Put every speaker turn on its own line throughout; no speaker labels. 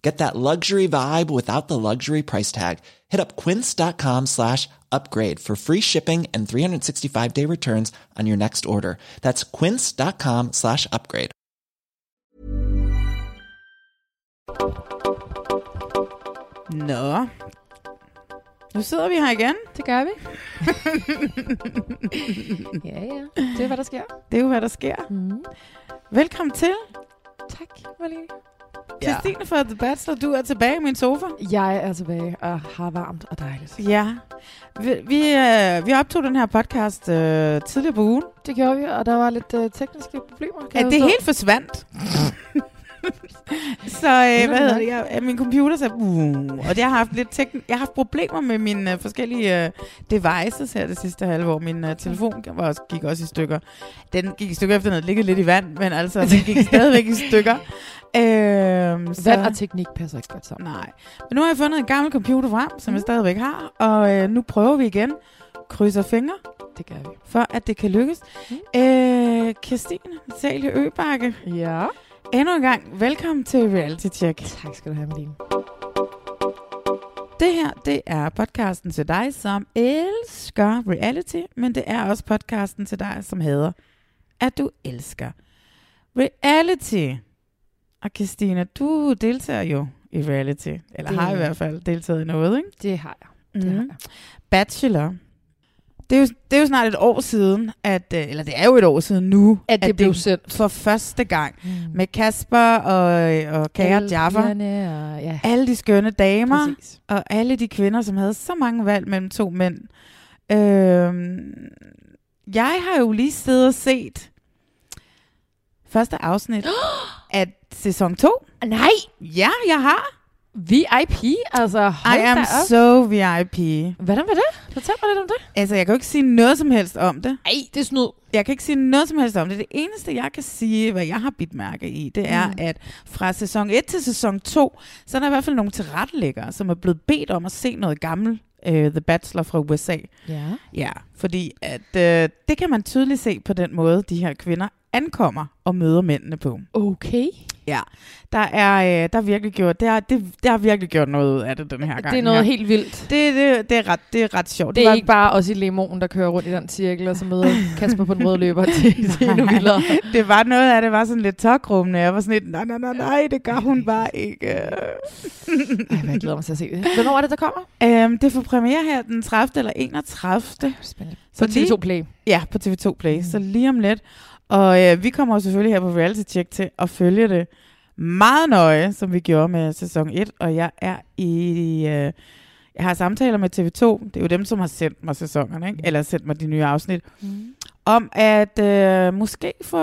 Get that luxury vibe without the luxury price tag. Hit up quince.com slash upgrade for free shipping and 365 day returns on your next order. That's quince.com slash upgrade.
Nå. Nu sidder vi her igen.
Det gør vi. ja, ja. Det er, hvad der sker.
Det er jo, hvad der sker.
Mm.
Velkommen til,
Tak, Malene.
ja. Christine fra The Bachelor. Du er tilbage i min sofa.
Jeg er tilbage og har varmt og dejligt.
Ja. Vi, vi, øh, vi optog den her podcast øh, tidligere på ugen.
Det gjorde vi, og der var lidt øh, tekniske problemer. Kan
Ja,
jeg
det
forstå.
hele forsvandt. så øh, hvad
det
hedder
nok.
det? Jeg, øh, min computer sagde, uh, og jeg har haft lidt tekn- jeg har haft problemer med mine øh, forskellige øh, devices her det sidste halve år. Min øh, telefon var også, gik også i stykker. Den gik i stykker efter, den havde ligget lidt i vand, men altså, den gik stadigvæk i stykker. Øh, så,
Vand og teknik passer ikke godt sammen.
nej. Men nu har jeg fundet en gammel computer frem, som jeg stadigvæk har, og øh, nu prøver vi igen. Krydser fingre
Det gør vi.
for, at det kan lykkes.
Mm.
Øh, Christine Salie Øbakke,
Ja.
Endnu en gang, velkommen til Reality Check.
Tak skal du have, Malene.
Det her, det er podcasten til dig, som elsker reality, men det er også podcasten til dig, som hedder, at du elsker reality. Og Christina, du deltager jo i reality, eller
Det-
har i hvert fald deltaget i noget, ikke? Mm-hmm.
Det har jeg. Det har jeg.
Bachelor. Det er, jo, det er jo snart et år siden, at, øh, eller det er jo et år siden nu,
At det Mm. blev sendt.
for første gang med Kasper og, øh, og Kære Jaffa.
Elpigerne og- Ja,
Alle de skønne damer.
præcis.
Og alle de kvinder, som havde så mange valg mellem to mænd. Øhm, jeg har jo lige siddet og set første afsnit af sæson 2.
Nej,
Ja, jeg har.
VIP, altså hold
I
da
am
op.
so VIP.
Hvordan var det? Fortæl mig lidt om det.
Altså, jeg kan jo ikke sige noget som helst om det.
Nej, det er snyd.
Jeg kan ikke sige noget som helst om det. Det eneste, jeg kan sige, hvad jeg har bidt mærke i, det er,
Mm.
mm. at fra sæson 1 til sæson 2, så er der i hvert fald nogle tilrettelæggere, som er blevet bedt om at se noget gammelt øh, The Bachelor fra USA.
Ja.
Ja, fordi at øh, det kan man tydeligt se på den måde, de her kvinder ankommer og møder mændene på.
Oh. Okay.
Der er, øh, der er virkelig gjort, det er, det, der har virkelig gjort noget ud af det den her gang.
Det er noget
her.
helt vildt.
Det, det, det, er ret, det er ret sjovt.
Det er
var-
ikke bare os i Lemoen, der kører rundt i den cirkel, og så møder Kasper på den røde løber til, til endnu
Nej.
vildere.
det var noget af det, var sådan lidt tokrummende. Jeg var sådan lidt, nej, nej, nej, nej, det gør hun bare ikke.
Ej, hvor jeg glæder mig til at se det. Hvornår er det, der kommer?
øhm, det får premiere her den 30. eller 31.
Spændende.
Så
På
lige-
TV2 Play.
Ja, på TV2 Play. Mm. Så lige om lidt. Og øh, vi kommer jo selvfølgelig her på Reality Check til at følge det meget nøje, som vi gjorde med sæson 1. Og jeg er i... Øh, jeg har samtaler med TV2. Det er jo dem, som har sendt mig sæsonerne, ikke? eller sendt mig de nye afsnit,
Mm.
om at øh, måske få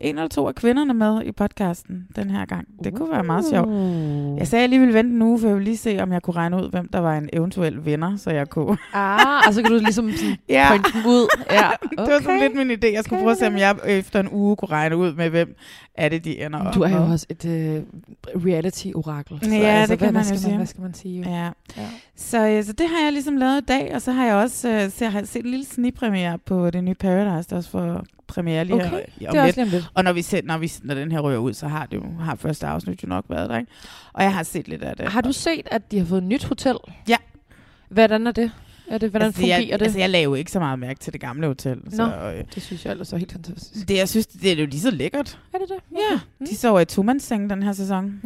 en eller to af kvinderne med i podcasten den her gang. Det kunne være meget sjovt.
Uh.
Jeg sagde, at jeg lige ville vente en uge, for jeg ville lige se, om jeg kunne regne ud, hvem der var en eventuel vinder, så jeg kunne...
Ah, og så kan du ligesom sådan
Ja.
pointe dem ud. Ja, okay.
Det var sådan lidt min idé. Jeg skulle
Okay,
prøve at se, om
okay.
jeg efter en uge kunne regne ud med, hvem er det, de ender op
Du er jo
med.
også et øh, reality-orakel. Så altså,
Ja, det
hvad,
kan man
hvad
jo
skal
sige.
Hvad skal man sige?
Ja.
Ja.
Så, øh, så det har jeg ligesom lavet i dag, og så har jeg også øh, så jeg har set en lille snigpremiere på det nye Paradise, der også får premiere lige her
Okay,
øh,
Det er
om lidt.
også lige om lidt.
Og når, vi ser, når, vi, når den her rører ud, så har, det jo, har første afsnit jo nok været der, ikke? Og jeg har set lidt af det.
Har du set, at de har fået et nyt hotel?
Ja.
Hvordan er det? Er det hvordan altså, fungerer
jeg,
det?
Altså, jeg lagde jo ikke så meget mærke til det gamle hotel. Så, øh,
det synes jeg ellers er helt fantastisk.
det, jeg synes, det er jo lige så lækkert.
Er det det?
Ja, de sover i tomandsseng den her sæson.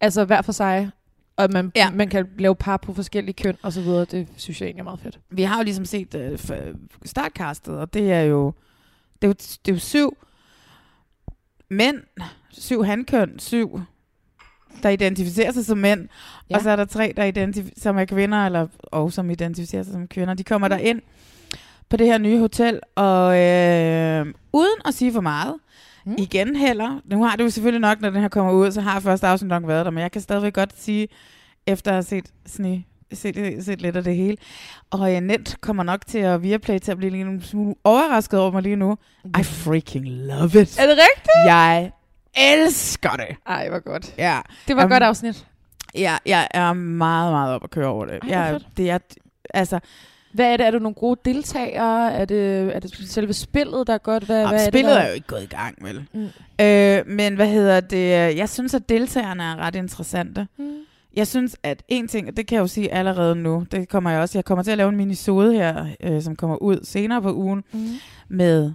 Altså hver for sig. Og man, ja.
Ja.
man kan lave par på forskellige køn og så videre. Det synes jeg egentlig er meget fedt.
vi har jo ligesom set øh, f- startcastet, og det er jo Det er jo, det er jo syv mænd, syv handkøn, syv, der identificerer sig som mænd. Ja.
Ja.
Og så er der tre, der identif- som er kvinder, eller, og som identificerer sig som kvinder. De kommer der ind på det her nye hotel, og øh, uden at sige for meget,
Mm.
mm. igen heller, nu har det jo selvfølgelig nok, når den her kommer ud, så har første afsnit nok været der, men jeg kan stadigvæk godt sige, efter at have set sne, set, set lidt af det hele, og øh, Net kommer nok til at Viaplay til at blive en smule overrasket over mig lige nu. I freaking love it.
Er det rigtigt?
Jeg elsker det.
Ej, hvor godt.
Ja,
Det var et
Jamen,
godt afsnit.
ja jeg er meget, meget op at køre over det.
Ej, hvor
jeg,
fedt.
det er, altså,
Hvad er det? Er du nogle gode deltagere? Er det, er det selve spillet, der er godt? Hvad,
Jamen,
hvad
spillet
er
er
det,
jo ikke gået i gang, vel?
Mm.
Mm. Øh, men hvad hedder det? Jeg synes, at deltagerne er ret interessante.
der- Mm.
Jeg synes, at en ting, og det kan jeg jo sige allerede nu, det kommer jeg også, jeg kommer til at lave en minisode her, øh, som kommer ud senere på ugen,
Mm.
med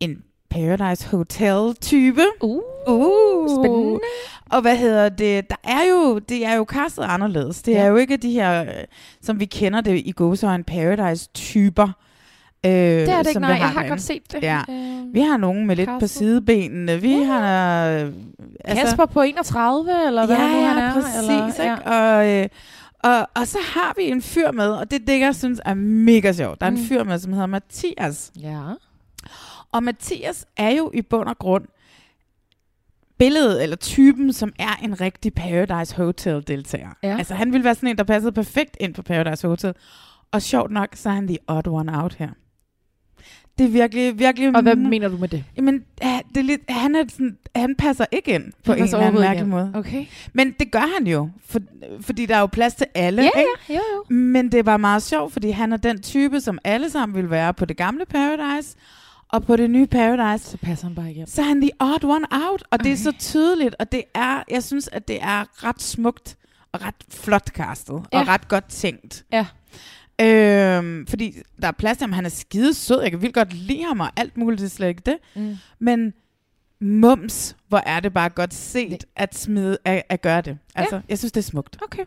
en Paradise Hotel-type.
Uh,
Uh,
spændende.
Og hvad hedder det? Der er jo, det er jo kastet anderledes. Det ja.
Ja.
er jo ikke de her, øh, som vi kender det i gåsøjne, Paradise-typer. Øh,
Det er det ikke,
som
nej.
vi
Jeg har
herinde.
godt set det.
Ja.
Øhm,
Vi har nogen med lidt på
Castet.
sidebenene. Vi
Ja.
har... øh,
Kasper på 31, eller hvad
ja,
er det nu han
ja,
er?
præcis.
eller,
Eller, ikke? Og, øh, og, og så har vi en fyr med, og det er det, jeg synes er mega sjovt. Der er
Mm.
en fyr med, som hedder Mathias.
Ja.
Og Mathias er jo i bund og grund billedet eller typen, som er en rigtig Paradise Hotel-deltager.
Ja.
Altså han ville være sådan en, der passede perfekt ind på Paradise Hotel. Og sjovt nok, så er han the odd one out her. Det er virkelig, virkelig...
Og hvad mener du med det?
Jamen, ja, det er lidt, han, er sådan, han passer ikke ind på en
passer
eller anden
overhovedet
mærkelig
ikke
måde. Okay.
Okay.
Men det gør han jo, for, fordi der er jo plads til alle.
Ja,
ikke?
ja, jo, jo.
Men det er bare meget sjovt, fordi han er den type, som alle sammen vil være på det gamle Paradise, og på det nye Paradise,
Så passer han bare igen.
så er han the odd one out, og det er så
Okay.
tydeligt, og det er, jeg synes, at det er ret smukt, og ret flot castet,
Ja.
og ret godt tænkt.
Ja.
Øhm, fordi der er plads til ham, han er skide sød, jeg kan vildt godt lide ham, og alt muligt, det er slet ikke det.
Mm.
Men mums, hvor er det bare godt set
Det-
at smide at, at gøre det. Altså, ja. jeg synes, det er smukt.
Okay.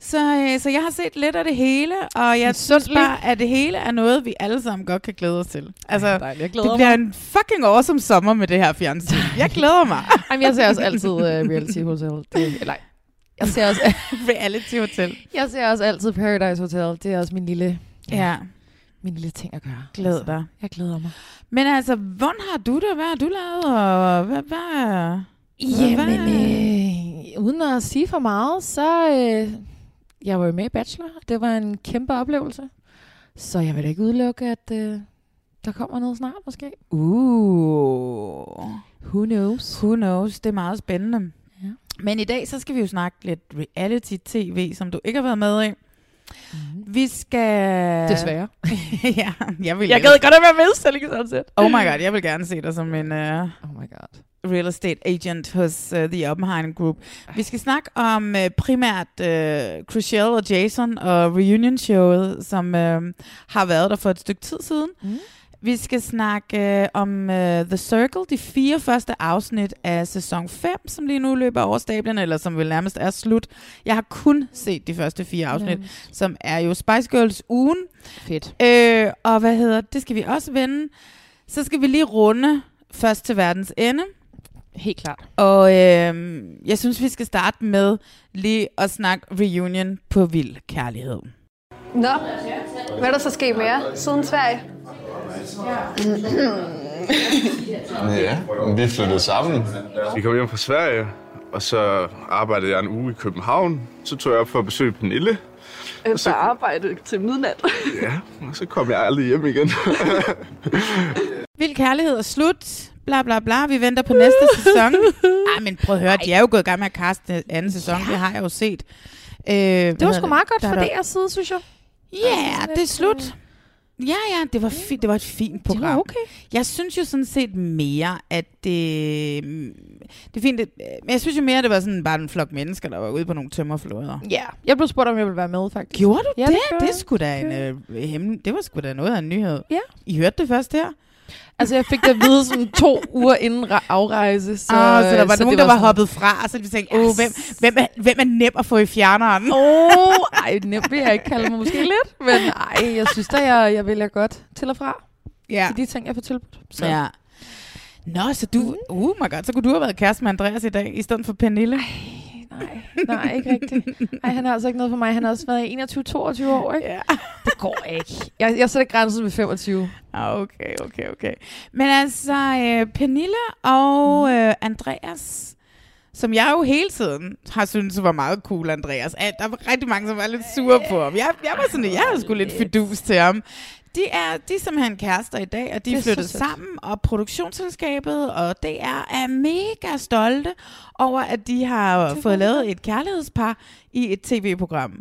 Så, øh, så jeg har set lidt af det hele, og jeg synes
Misundelig.
bare, at det hele er noget, vi alle sammen godt kan glæde os til. Altså,
Dejligt, jeg
det bliver en fucking awesome sommer med det her fjernsyn. Jeg glæder mig.
Jamen, jeg ser også altid uh, Reality Hotel. Det, eller, ej. jeg ser, også,
Reality Hotel.
jeg ser også altid Paradise Hotel. Det er også min lille,
Ja,
min lille ting at gøre.
glæd
Altså,
dig.
Jeg glæder mig.
Men altså, hvordan har du det? Hvad har du lavet? Og hvad, hvad?
Jamen,
Hvad?
øh, uden at sige for meget, så... Øh, jeg var jo med i Bachelor. Det var en kæmpe oplevelse. Så jeg vil da ikke udelukke, at øh, der kommer noget snart måske.
Uh.
Who knows?
Who knows? Det er meget spændende.
Ja.
Ja. Men i dag, så skal vi jo snakke lidt reality-tv, som du ikke har været med i.
Mm.
Vi skal...
Desværre.
ja, jeg vil
godt at være med, så lige sådan set.
Oh my god, jeg vil gerne se dig som en uh,
Oh my god.
real estate agent hos uh, The Oppenheim Group. Vi skal snakke om uh, primært uh, Crucial og Jason og reunion-showet, som uh, har været der for et stykke tid siden.
Mm.
Vi skal snakke øh, om øh, The Circle, de fire første afsnit af sæson 5, som lige nu løber over stablen, eller som vel nærmest er slut. Jeg har kun set de første fire afsnit, som er jo Spice Girls ugen.
Fedt.
Øh, og hvad hedder, det skal vi også vende. Så skal vi lige runde først til verdens ende.
Helt klart.
Og øh, jeg synes, vi skal starte med lige at snakke reunion på vild kærlighed.
Nå, hvad er der så sket med jer siden Sverige?
Ja, vi er flyttet sammen.
Vi kom hjem fra Sverige, og så arbejdede jeg en uge i København. Så tog jeg op for at besøge Pernille.
Efter arbejde til midnat.
Ja, og så kom jeg aldrig hjem igen.
Vild kærlighed er slut. Bla bla bla. Vi venter på næste sæson. Ej, men prøv at høre, de er jo gået i gang med at kaste anden sæson. Det har jeg jo set. Øh,
Det var sgu meget godt
der
fra
er der-
DR's side, synes jeg.
Ja, yeah, det er slut. Ja, ja, det var, fi- det var et fint program.
øh, Det var okay.
Jeg synes jo sådan set mere, at det... mm, Det er fint, det, men jeg synes jo mere, at det var sådan bare en flok mennesker, der var ude på nogle tømmerflåder.
Ja. Yeah. Jeg blev spurgt, om jeg ville være med, faktisk.
Gjorde du
Ja, det
det?
gjorde
Det,
jeg.
skulle da en, øh, hemmel- det var sgu da noget af en nyhed.
Ja.
I hørte det først her?
Altså, jeg fik det at vide sådan to uger inden re- afrejse. Så,
Så, ah, så der var så
det
nogen, der var
sådan-
hoppet fra, og så vi tænkte, yes.
Yes.
hvem, hvem, er, hvem er nem at få i fjerneren?
Åh, oh, ej, nemt vil jeg ikke kalde mig måske lidt, men ej, jeg synes da, jeg, jeg vælger godt til og fra.
Ja.
i de ting, jeg får tilbudt. Så. Mm.
ja. Nå, så du... Uh, my god, så kunne du have været kæreste med Andreas i dag, i stedet for Pernille.
Nej, nej, ikke rigtigt. Ej, han har altså ikke noget for mig. Han har også været 21-22 år, ikke?
Ja.
Det går ikke. Jeg, jeg sætter grænsen ved 25.
Ah, okay, okay, okay. Men altså, øh, Pernille
Mm.
og øh, Andreas, som jeg jo hele tiden har syntes var meget cool, Andreas. Ah, Der var rigtig mange, som var lidt sure på ham. Jeg, jeg var sådan, jeg havde sgu lidt fidus til ham. De er, de er simpelthen kærester i dag, og de
Det
er
er så
flyttet
sødt.
sammen, og produktionsselskabet og DR er mega stolte over, at de har fået lavet et kærlighedspar i et tv-program.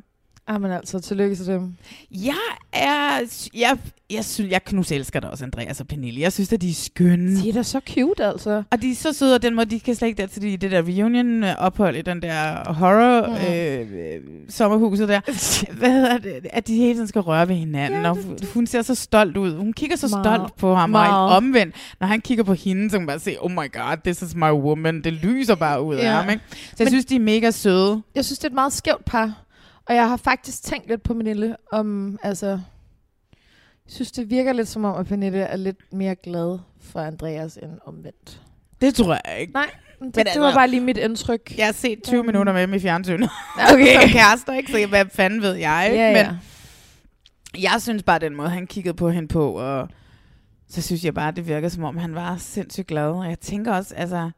Ah, men altså, tillykke til dem.
Jeg er... Jeg, jeg, synes, jeg knus elsker dig også, Andreas og Pernille. Jeg synes, at de er skønne.
De er da så cute, altså.
Og de er så søde, og den måde, de kan slet ikke der til de- det der reunion-ophold i den der horror-sommerhuset der. Hvad hedder det? At de hele tiden skal røre ved hinanden,
Ja,
og
det-
hun- hun ser så stolt ud. Hun kigger så
Meget.
stolt på ham, og
Meget.
omvendt, når han kigger på hende, så kan man bare se, oh my god, this is my woman. Det lyser bare ud af
Ja.
ham, ikke? Så jeg
Men-
synes, de er mega søde.
Jeg synes, det er et meget skævt par. Og jeg har faktisk tænkt lidt på Pernille om, altså... Jeg synes, det virker lidt som om, at Pernille er lidt mere glad for Andreas end omvendt.
Det tror jeg ikke.
Nej, det,
Men
det
altså-
var bare lige mit indtryk.
Jeg har set 20
Øhm.
minutter med dem i fjernsynet.
Okay.
som kærester, ikke? Så hvad fanden ved jeg, ikke?
ja, ja.
Men jeg synes bare, den måde, han kiggede på hende på, og så synes jeg bare, det virker som om, han var sindssygt glad. Og jeg tænker også, altså...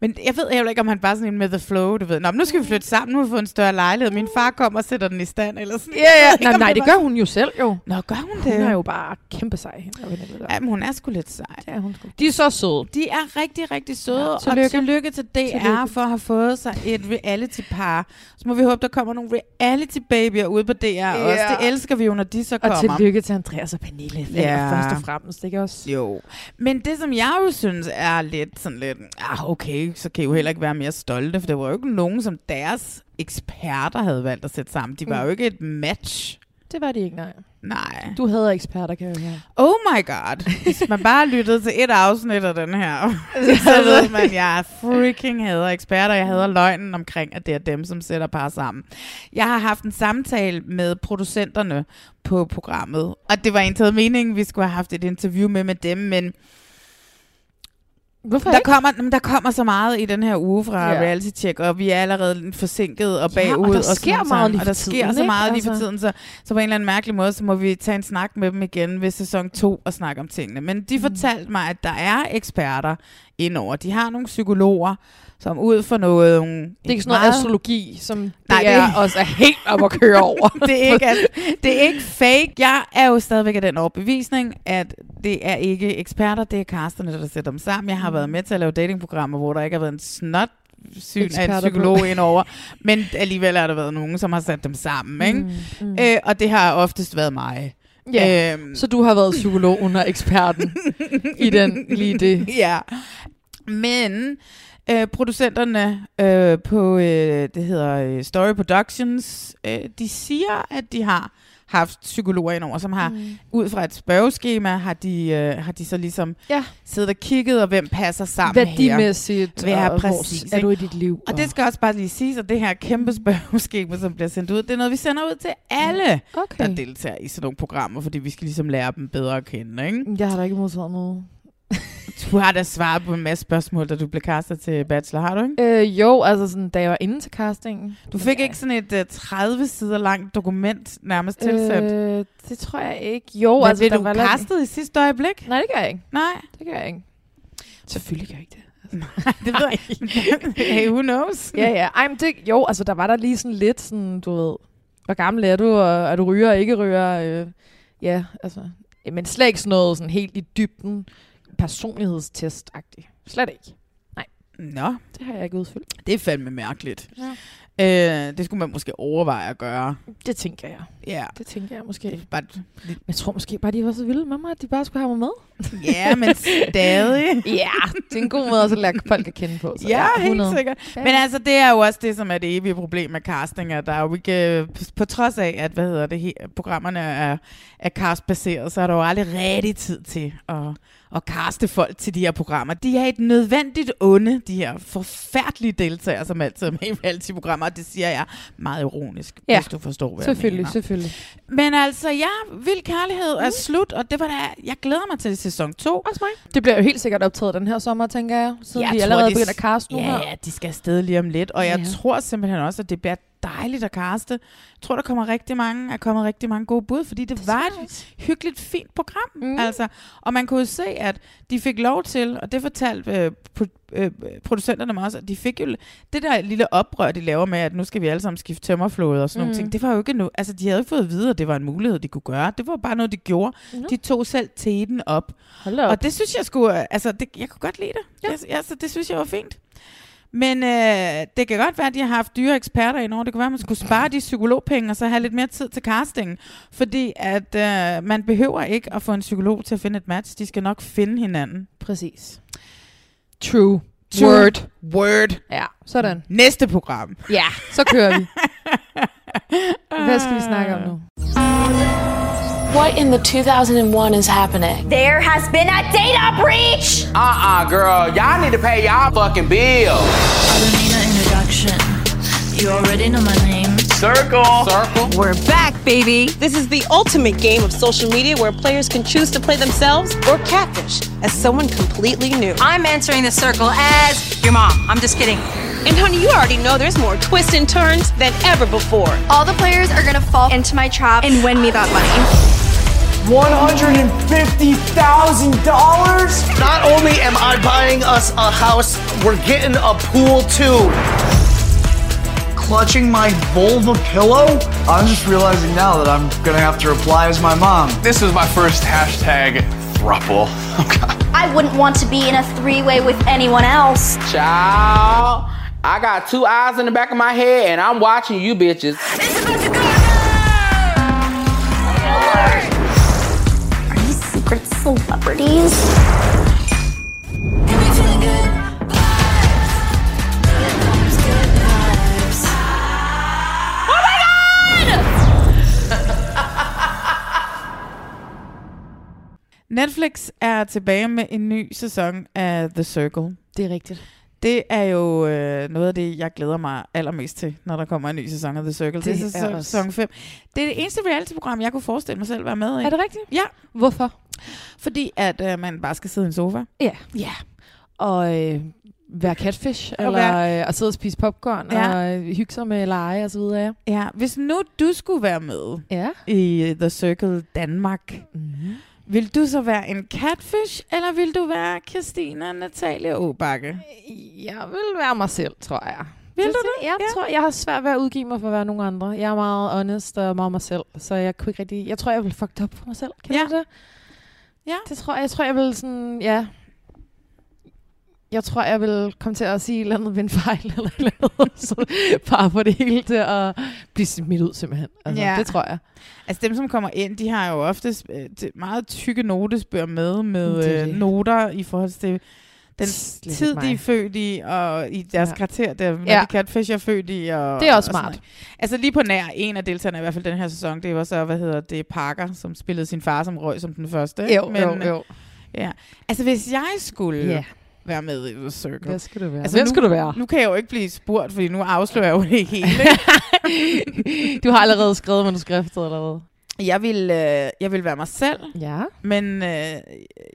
Men jeg ved heller ikke, om han bare sådan en med the flow, du ved. Nå, men nu skal vi flytte sammen, nu har vi fået en større lejlighed. Min far kommer og sætter den i stand, eller sådan.
Ja, ja.
Jeg ved ikke,
Nej,
om
nej, det
var-
gør hun jo selv jo.
Nå, gør hun det?
Hun er jo bare kæmpe sej. hende der Pernille der.
Jamen, hun er sgu lidt sej.
Ja, hun De er så søde.
De er rigtig, rigtig søde,
Ja,
ja, tillykke. og tillykke
tillykke.
til DR tillykke.
Tillykke.
for at have fået sig et reality-par. Så må vi håbe, der kommer nogle reality-babyer ude på DR ja. også.
Ja.
Det elsker vi jo, når de så
Og
kommer.
tillykke til Andreas og Pernille.
Ja.
Ja. Først og fremmest, ikke også?
Jo. Men det, som jeg jo synes er lidt sådan lidt, ah, okay, så kan I jo heller ikke være mere stolte, for det var jo ikke nogen, som deres eksperter havde valgt at sætte sammen.
Mm.
De var jo ikke et match.
Det var det ikke, nej.
Nej.
Du havde eksperter, kan jeg høre.
Oh my god. Hvis man bare lyttede til et afsnit af den her, så ved man, jeg freaking hader eksperter. Jeg hader løgnen omkring, at det er dem, som sætter par sammen. Jeg har haft en samtale med producenterne på programmet, og det var en taget meningen, vi skulle have haft et interview med med dem, men
Hvorfor
Der kommer, jamen, der kommer så meget i den her uge fra
Ja.
yeah. Reality Check, og vi er allerede lidt forsinket og
Ja, og
bagud.
der
sådan
sker
noget,
meget lige
og
for
der
tiden,
sker så
ikke?
meget lige for
Altså.
tiden, så, så på en eller anden mærkelig måde, så må vi tage en snak med dem igen ved sæson 2 og snakke om tingene. Men
Mm.
de fortalte mig, at der er eksperter indover. De har nogle psykologer, som ud for noget... Nogle
Det er ikke sådan noget astrologi, som
Nej,
Nej,
det
det
er
er også er helt op at køre over.
det, er ikke, at, det er ikke fake. Jeg er jo stadigvæk af den overbevisning, at det er ikke eksperter, det er casterne, der sætter dem sammen. Jeg har været med til at lave datingprogrammer, hvor der ikke har været en snot syn af en
Eksperter på.
psykolog indover, men alligevel har der været nogen, som har sat dem sammen. Ikke? Mm, mm. Øh, og det har oftest været mig.
Ja.
Øhm,
Øh, Så du har været psykologen og eksperten i den, lige det.
ja. Men øh, producenterne øh, på, øh, det hedder øh, Story Productions, øh, de siger, at de har haft psykologer indover, som har, mm. ud fra et spørgeskema, har de, øh, har de så ligesom
Ja.
siddet og kigget, og hvem passer sammen her.
Værdimæssigt,
Hvad er
og hvor
præcis,
er du i
ikke?
dit liv?
Og det skal også bare lige siges, at det her kæmpe spørgeskema, som bliver sendt ud, det er noget, vi sender ud til alle,
okay.
der deltager i sådan nogle programmer, fordi vi skal ligesom lære dem bedre at kende, ikke?
Jeg har da ikke modtaget noget.
Du har da svaret på en masse spørgsmål, da du blev kastet til Bachelor, har du ikke?
Øh, jo, altså sådan, da jeg var inde til castingen.
Du fik ikke sådan et uh, 30 sider langt dokument nærmest tilsendt. Øh,
Øh, det tror jeg ikke. Jo,
Men
altså,
blev
der
du
var lidt-
kastet i sidste øjeblik?
Nej, det gør jeg ikke.
Nej,
Det gør jeg ikke. Selvfølgelig gør jeg ikke det.
det ved jeg ikke. hey, who knows?
Ja, ja. Ej, men det, jo, altså der var der lige sådan lidt sådan, du ved, hvor gammel er du, og er du ryger og ikke ryger? Øh, ja, altså. eh, Men slet ikke sådan noget sådan helt i dybden personlighedstest-agtigt. Slet ikke.
Nå,
Det har jeg ikke udfyldt.
det er fandme mærkeligt.
Ja.
Øh, det skulle man måske overveje at gøre.
Det tænker jeg.
Ja.
Det tænker jeg måske.
Det er bare,
Men jeg tror måske bare, de var så vilde med mig, at de bare skulle have mig med.
ja, men stadig.
Ja, det er en god måde også at lære folk at kende på.
Ja, helt
100.
sikkert. Men altså, det er jo også det, som er det evige problem med casting, at der er jo ikke, øh, på trods af, at hvad hedder det, her, programmerne er, er castbaseret, så er der jo aldrig rigtig tid til at, at caste folk til de her programmer. De er et nødvendigt onde, de her forfærdelige deltagere, som altid er med i reality-programmer. og det siger jeg meget ironisk,
Ja.
hvis du forstår, hvad
Selvfølgelig,
jeg
selvfølgelig.
mener. Men altså, ja, vild kærlighed er slut, og det var da, jeg glæder mig til sæson 2.
Også mig. Det bliver jo helt sikkert optaget den her sommer, tænker jeg. Siden
Jeg
vi
tror,
allerede
det er
begynder at kaste nu
Ja,
her.
ja, de skal afsted lige om lidt, og jeg
Ja.
tror simpelthen også, at det bliver dejligt at kaste. Jeg tror, der kommer rigtig mange, er kommet rigtig mange gode bud, fordi det, det var et hyggeligt, fint program. Mm. Altså, og man kunne jo se, at de fik lov til, og det fortalte øh, pro- øh, producenterne mig også, at de fik jo det der lille oprør, de laver med, at nu skal vi alle sammen skifte tømmerflåde og sådan mm. nogle ting. Det var jo ikke noget, altså de havde jo ikke fået at vide, at det var en mulighed, de kunne gøre. Det var bare noget, de gjorde. Mm. De tog selv teten op.
Hold da op.
Og det synes jeg skulle, øh, altså det, jeg kunne godt lide det. Ja. Jeg, altså, det synes jeg var fint. Men øh, det kan godt være, at de har haft dyre eksperter indover. Det kan være, at man skulle spare de psykologpenge, og så have lidt mere tid til castingen. Fordi at øh, man behøver ikke at få en psykolog til at finde et match. De skal nok finde hinanden.
Præcis. True.
True.
Word.
Word.
Ja, sådan.
Næste program.
Ja, så kører vi. Hvad skal vi snakke om nu?
What in the 2001 is happening?
There has been a data breach!
Uh-uh, girl. Y'all need to pay y'all fucking bill.
I don't need an introduction. You already know my name.
Circle. Circle.
We're back, baby. This is the ultimate game of social media where players can choose to play themselves or catfish as someone completely new. I'm answering the circle as your mom. I'm just kidding. And honey, you already know there's more twists and turns than ever before.
All the players are gonna fall into my trap and win me that money.
$150,000? Not only am I buying us a house, we're getting a pool too. Clutching my vulva pillow? I'm just realizing now that I'm gonna have to reply as my mom.
This is my first hashtag thruple. Oh, God.
I wouldn't want to be in a three-way with anyone else.
Ciao. I got two eyes in the back of my head, and I'm watching you bitches.
It's about to go down! Are you secret celebrities?
Oh
Netflix er tilbage med en ny sæson af The Circle.
Det er rigtigt.
Det er jo øh, noget af det, jeg glæder mig allermest til, når der kommer en ny sæson af The Circle. Det,
Det
det
er
er sæson,
også.
sæson 5. Det er det eneste reality-program, jeg kunne forestille mig selv at være med i.
Er det rigtigt?
Ja,
Hvorfor?
fordi at øh, man bare skal sidde i en sofa.
Ja. Ja. Og øh, være catfish,
Og
og eller
være-
være... øh, at sidde og spise popcorn,
Ja.
ja. og øh, hygge sig med lege og så videre. ja.
Ja, hvis nu du skulle være med
Ja.
i øh, The Circle Danmark,
Mm-hmm.
vil du så være en catfish, eller vil du være Christina Natalia Åbakke?
Jeg vil være mig selv, tror jeg.
Vil
Det-
du det?
Jeg
Ja.
tror, jeg har svært ved at udgive mig for at være nogen andre. Jeg er meget honest og meget mig selv, så jeg kunne ikke rigtig... Jeg tror, jeg vil fucked op for mig selv. Kan
Ja.
du det?
Ja.
Det tror jeg. Jeg tror, jeg vil sådan... Ja. Jeg tror, jeg vil komme til at sige et eller andet ved en fejl eller et eller andet. Så bare for det hele til at blive smidt ud simpelthen. Altså,
Ja.
Det tror jeg.
Altså dem, som kommer ind, de har jo oftest øh, t- meget tykke notesbøger med, med
Det er
øh,
det.
noter i forhold til den
Slet ikke
tid, de er
mig.
født i, og i deres ja.
Ja.
karakter, der, når ja.
Ja.
de catfish er født i. Og,
Det er også
og sådan
smart.
noget. Altså lige på nær, en af deltagerne i hvert fald den her sæson, det var så, hvad hedder det, Parker, som spillede sin far som røg som den første. ikke?
Jo, jo, jo.
Ja. Altså hvis jeg skulle
Ja.
yeah. være med i The Circle,
Hvad skal du
Altså,
være? Altså, Hvem
nu-
skal du være?
nu kan jeg jo ikke blive spurgt, fordi nu afslører jeg jo det hele.
du har allerede skrevet manuskriptet eller hvad?
jeg, vil, øh, jeg vil være mig selv,
Ja.
Men øh,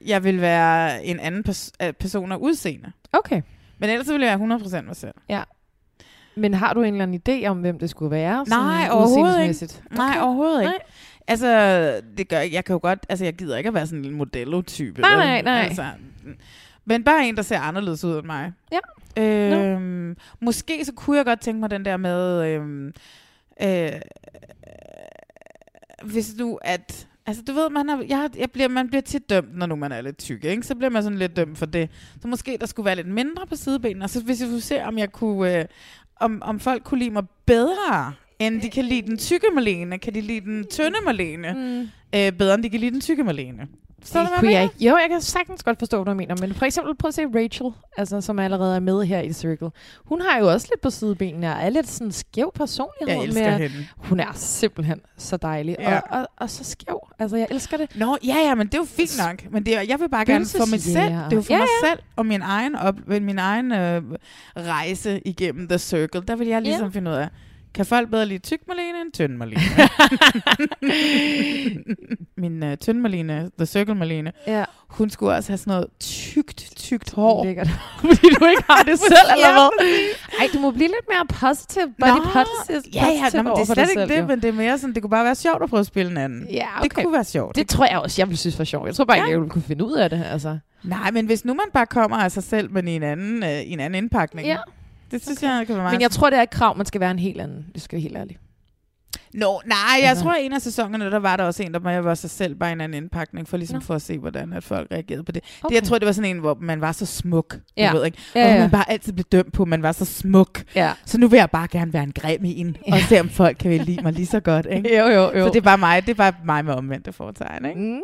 jeg vil være en anden pers- øh, person af udseende.
Okay.
Men ellers så vil jeg være 100% mig selv.
Men har du en eller anden idé om, hvem det skulle være?
Nej, overhovedet ikke.
udseendemæssigt?
Nej, okay. overhovedet ikke.
Nej.
Altså, det gør ikke. Jeg kan jo godt, altså jeg gider ikke at være sådan en modellotype.
Nej,
vel?
nej, nej.
Altså, men bare en, der ser anderledes ud end mig.
Ja.
Øhm, Måske så kunne jeg godt tænke mig den der med, øhm, øh, hvis nu at, altså du ved, man, er, jeg, har- jeg bliver, man bliver tit dømt, når nu man er lidt tyk, ikke? så bliver man sådan lidt dømt for det. Så måske der skulle være lidt mindre på sidebenene, og så hvis jeg skulle se, om jeg kunne, øh, om, om folk kunne lide mig bedre, end de kan lide den tykke Malene, kan de lide den tynde Malene, mm. øh, bedre end de kan lide den tykke Malene. Forstår du,
Mm. det
hvad
kunne
jeg
jeg ikke. Jo, jeg kan sagtens godt forstå, hvad du mener. Men for eksempel, prøv at se Rachel, altså, som allerede er med her i Circle. Hun har jo også lidt på sidebenene og er lidt sådan en skæv personlighed.
Jeg elsker
med, at-
hende.
Hun er simpelthen så dejlig.
Ja.
Ja. Og, og, og, så skæv. Altså, jeg elsker det.
Nå, ja, ja, men det er jo fint nok. Men det er, jeg vil bare gerne for mig selv. Det er jo for
Ja,
mig
ja.
selv og min egen, op, min egen øh, rejse igennem The Circle. Der vil jeg ligesom finde ud af, kan folk bedre lide tyk Marlene end tynd Marlene? min øh, tynd Marlene, The Circle Marlene,
ja.
hun skulle også have sådan noget tykt, tykt hår.
Lækkert.
Fordi du ikke har det selv, eller hvad?
Ej, du må blive lidt mere positive. Body positive.
ja, ja, nå,
positive
men det er
overfor dig
slet ikke
selv,
det,
jo.
men det er mere sådan, det kunne bare være sjovt at prøve at spille en anden.
Ja, okay.
Det kunne være sjovt.
Det tror jeg også, jeg ville synes var sjovt. Jeg tror bare ikke,
Ja.
jeg ville kunne finde ud af det. Altså.
Nej, men hvis nu man bare kommer af sig selv, men i en anden, øh, i en anden indpakning.
Ja.
Det synes okay. jeg kan være meget
Men jeg tror, det er et krav, man skal være en helt anden. Det skal være helt ærlig.
Nå, nej, jeg
Altså-
tror, at en af sæsonerne, der var der også en, der var- var sig selv bare i en anden indpakning, for ligesom
Nå.
for at se, hvordan at folk reagerede på det. Okay. det.
Okay.
Jeg tror, det var sådan en, hvor man var så smuk,
Ja.
du ved ikke?
Ja,
og
ja.
man bare altid blev dømt på, at man var så smuk.
Ja.
Så nu vil jeg bare gerne være en grim en, og se, om folk kan lide mig lige så godt, ikke?
Jo, jo, jo.
Så det er bare mig, det er bare mig med omvendte foretegn, ikke?
Mm.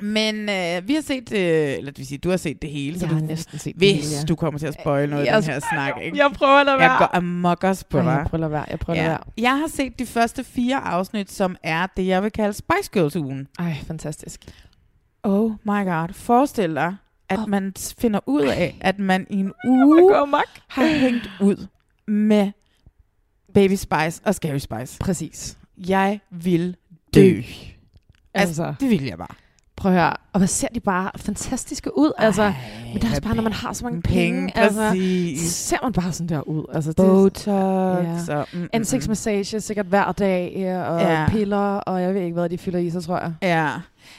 Men øh, vi har set, øh, eller det vil sige, du har set det hele, så
Jeg
du,
har næsten set det
hvis
hele, ja.
du kommer til at spoil noget i
Jeg
den her
spoiler.
snak, ikke?
Jeg prøver at lade
Jeg
være.
går amok os på
Ej,
dig.
jeg prøver at lade være. Jeg prøver at lade
Ja.
være.
Jeg har set de første fire afsnit, som er det, jeg vil kalde Spice Girls-ugen.
Ej, fantastisk.
Oh my god. Forestil dig, at oh. man s- finder ud af, at man i en
Jeg
uge
går amok.
har hængt ud med Baby Spice og Scary Spice.
Præcis.
Jeg vil dø. Altså,
Altså,
det vil jeg bare.
prøv at høre. Og hvad ser de bare fantastiske ud? Altså, men det er også bare, når man har så mange penge,
penge
altså, så
præcis.
ser man bare sådan der ud. Altså, det, er-
Botox.
Ja.
og mm, mm, mm.
Ansigtsmassage sikkert hver dag, ja, og
Ja.
ja. piller, og jeg ved ikke, hvad de fylder i sig, tror jeg.
Ja.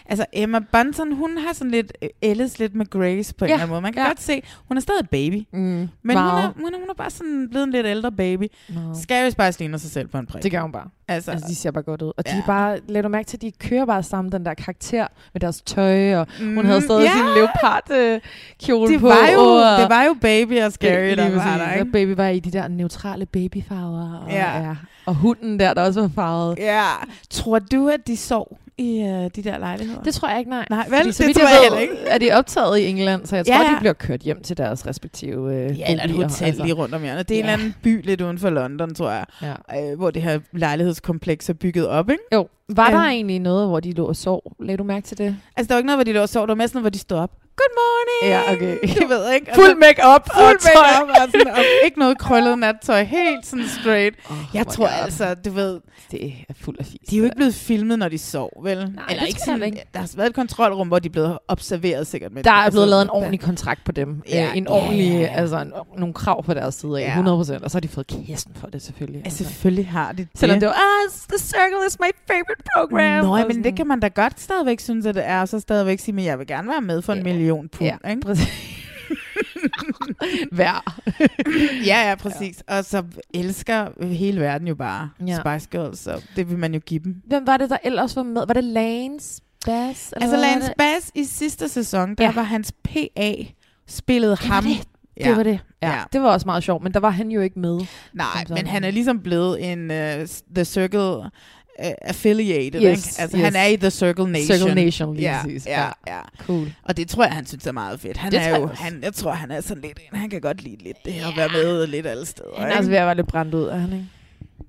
Altså Emma Bunton, hun har sådan lidt øh, ældes lidt med Grace på en
Ja,
eller anden måde. Man kan
ja.
godt se, hun er stadig baby.
Mm.
Men wow. hun, er, hun, er, hun er bare sådan blevet en lidt ældre baby.
no.
Scary Spice ligner sig selv på en prik.
Det gør hun bare.
Altså,
Altså, de ser bare godt ud. Og de
Ja.
er bare, lad du mærke til, at de kører bare sammen den der karakter med deres tøj, og mm,
Mhm,
hun havde stadig
ja.
yeah. sin leopard øh, kjole
det
på.
var, jo,
og,
det var jo baby og Scary,
Lige
der var
præcis.
der,
Og
ikke?
Baby var i de der neutrale babyfarver. Og,
Ja.
ja. ja. og hunden der, der også var farvet.
Ja. Tror du, at de sov i øh, de der lejligheder?
Det tror jeg ikke, nej.
Nej, vel?
Fordi, så
Det
vidt
tror jeg heller
ved,
ikke.
Er de optaget i England, så jeg
Ja,
tror,
ja.
de bliver kørt hjem til deres respektive øh,
ja, eller et
boliger,
hotel altså. lige rundt om hjørnet. Det er yeah. en
Ja.
eller anden by lidt uden for London, tror jeg,
Ja.
øh, hvor det her lejlighedskompleks er bygget op, ikke?
Jo, var
Ja.
ja. der egentlig noget, hvor de lå og sov? Lagde du mærke til det?
Altså, der var ikke noget, hvor de lå og sov. Der var mere sådan, hvor de stod op. Good morning!
Ja, okay.
Du ved, ikke? Og
Fuld
så-
make-up
Fuld
og tøj.
make-up og sådan, og ikke noget krøllet nattøj. Helt sådan straight.
Oh,
Jeg
my
tror
God.
altså, du ved,
Det er fuld af fis. øh.
De er jo ikke blevet filmet, når de sov, vel? Nej,
det tror jeg ikke.
Der har været et kontrolrum, hvor de er blevet observeret sikkert. Med Altså,
Der er blevet lavet en ordentlig kontrakt på dem.
Ja,
Altså, Ja, en
ja,
ordentlig,
ja,
ja,
ja.
ja. altså en, nogle krav på deres side af,
Ja.
ja. 100%. Og så har de fået kæsten for det selvfølgelig.
Altså,
altså.
selvfølgelig har de det. Mm,
Selvom det var, ah, The Circle is my favorite program.
Nå,
og
men det
sådan.
kan man da godt stadigvæk synes, at det er, og så stadigvæk sige, men jeg vil gerne være med for en
Ja.
million pund,
Ja,
ikke?
præcis. Hver.
Ja, ja, præcis. Ja. Og så elsker hele verden jo bare
Ja.
ja. Spice Girls, så det vil man jo give dem.
Hvem var det, der ellers var med? Var det Lance Bass? Eller
Altså,
hvad var
Lance
det?
Bass i sidste sæson, der ja.
Ja.
var hans PA spillede
Det var
ham.
det. Det var det. Ja.
Ja.
ja. Det var også meget sjovt, men der var han jo ikke med.
Nej,
Som sådan.
men han er ligesom blevet en uh, The Circle uh, affiliated,
Yes,
ikke? Altså,
yes.
han er i The Circle Nation.
Circle Nation, lige
ja,
præcis.
ja,
Ja.
ja.
Cool.
Og det tror jeg, han synes er meget fedt. Han
Det tror
er
jeg
jo,
også.
han, jeg tror, han er sådan lidt en. Han kan godt lide lidt det her, at være med lidt alle steder.
Han er
ikke?
altså ved at være lidt brændt ud, er han ikke?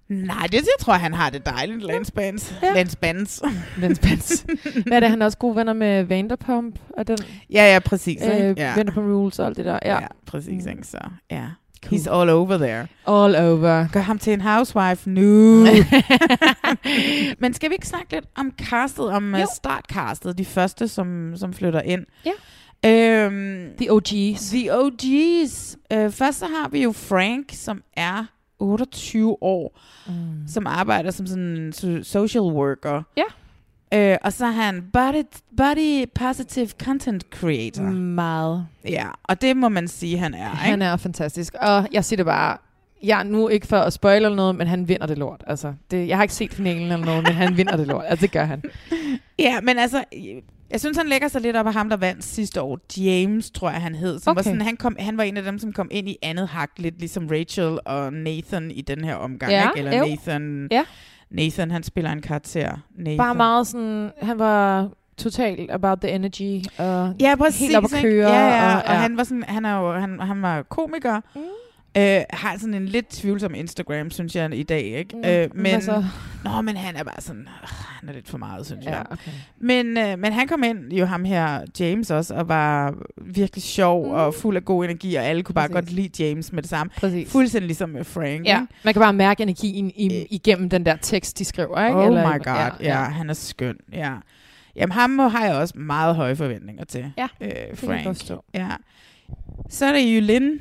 Nej, det jeg tror, han har det dejligt, Lance Bands. Ja.
Ja.
Lance Bands.
Lance Bass. Hvad er det, han er også gode venner med Vanderpump og den
ja, ja, præcis. ikke?
øh,
ja.
Vanderpump Rules og alt det der. Ja.
ja, præcis.
Mm.
Ikke? Så, ja.
Cool.
He's all over there.
All over.
Gør ham til en housewife nu. Men skal vi ikke snakke lidt om castet, om jo.
Jo.
startcastet, de første, som, som flytter ind?
Ja.
Øhm,
The OG's.
The OG's. Øh, først så har vi jo Frank, som er 28 år,
Mm.
som arbejder som sådan en so- social worker.
Ja.
Øh, og så har han body, body positive content creator. Mm.
Meget.
Ja, og det må man sige, han er. Ikke?
Han er fantastisk. Og jeg siger det bare, jeg er nu ikke for at spoil eller noget, men han vinder det lort. Altså, det, jeg har ikke set finalen eller noget, men han vinder det lort. Altså, det gør han.
Ja, men altså, jeg synes, han lægger sig lidt op af ham, der vandt sidste år. James, tror jeg, han hed. Som okay. var
Okay.
sådan, han, kom, han var en af dem, som kom ind i andet hak, lidt ligesom Rachel og Nathan i den her omgang.
Ja,
ikke? Eller
jo.
Nathan...
Ja.
Nathan, han spiller en karakter. Nathan.
Bare meget sådan, han var totalt about the energy. Og
Ja, præcis.
Helt op at
ikke?
køre.
Ja, ja.
Og,
Og, han var sådan, han er jo, han, han var komiker. Mm. Øh, har sådan en lidt tvivlsom Instagram, synes jeg, i dag, ikke?
Mm.
Øh,
Hvad
men,
så?
nå, men han er bare sådan, øh, han er lidt for meget, synes
Ja,
jeg.
okay.
Men, øh, men han kom ind, jo ham her, James også, og var virkelig sjov mm. og fuld af god energi, og alle kunne bare
Præcis.
godt lide James med det samme.
Præcis.
Fuldstændig ligesom med Frank.
Ja,
ikke?
man kan bare mærke energien i, igennem den der tekst, de skriver. Ikke?
Oh
Eller-
my god, ja, ja. han er skøn, ja. Jamen ham har jeg også meget høje forventninger til.
Ja,
øh, Frank.
det kan jeg forstå.
Ja. Så er det Jolin.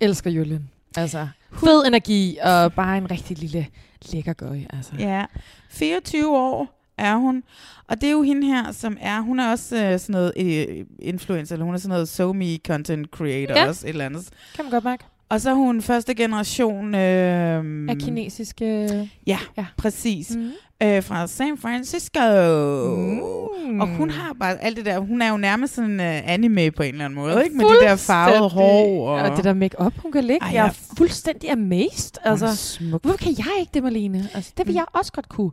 elsker Jolin. Altså, fed energi og bare en rigtig lille lækker gøj. Altså.
Ja, 24 år er hun. Og det er jo hende her, som er, hun er også øh, sådan noget øh, influencer, eller hun er sådan noget SoMe content creator
Ja.
ja. også, et eller andet.
Kan man godt mærke.
Og så er hun første generation... Øh,
Af kinesiske...
Ja,
ja.
præcis. Mm. Øh, fra San Francisco. Mm. Og hun har bare alt det der. Hun er jo nærmest sådan uh, anime på en eller anden måde, ikke? Med det der farvede hår. Og...
og det der make-up, hun kan lægge.
Ej,
Ej, jeg
ja.
er fuldstændig amazed. Altså,
smuk. Mm.
Hvorfor kan jeg ikke det, Marlene? Altså, det vil jeg også godt kunne.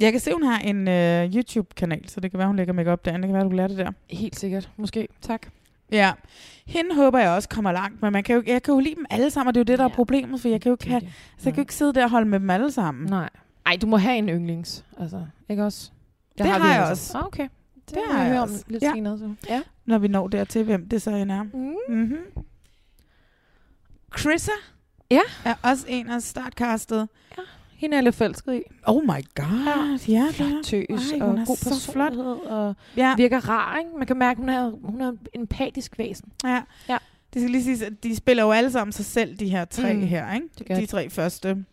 Jeg kan se, hun har en uh, YouTube-kanal, så det kan være, hun lægger makeup derinde. Det kan være, du lærer det der.
Helt sikkert. Måske. Tak.
Ja. Hende håber jeg også kommer langt, men man kan jo, jeg kan jo lide dem alle sammen, og det er jo det, der ja. er problemet, for jeg kan jo ikke, have, altså, jeg Mm. kan jo ikke sidde der og holde med dem alle sammen.
Nej. Ej, du må have en yndlings. Altså, ikke også?
Det har
vi
jeg
altså.
også.
Ah, okay. Det,
Det
må
har
vi
jeg
høre om
også.
lidt
Ja.
senere. Så. Ja.
Når vi når dertil, hvem det så end er.
Mm.
Mm-hmm. Chrissa
ja.
er også en af startkastet.
Ja. Hende er jeg lidt forelsket i.
Oh my god. Ja, ja flot
tøs
Ej,
og
hun er
god
så
personlighed flot. og
Ja.
ja. virker rar, ikke? Man kan mærke, at hun er, hun er en empatisk væsen.
Ja.
ja.
Det skal lige siges, at de spiller jo alle sammen sig selv, de her tre
Mm,
mm, her, ikke?
det gør
De
de.
tre første.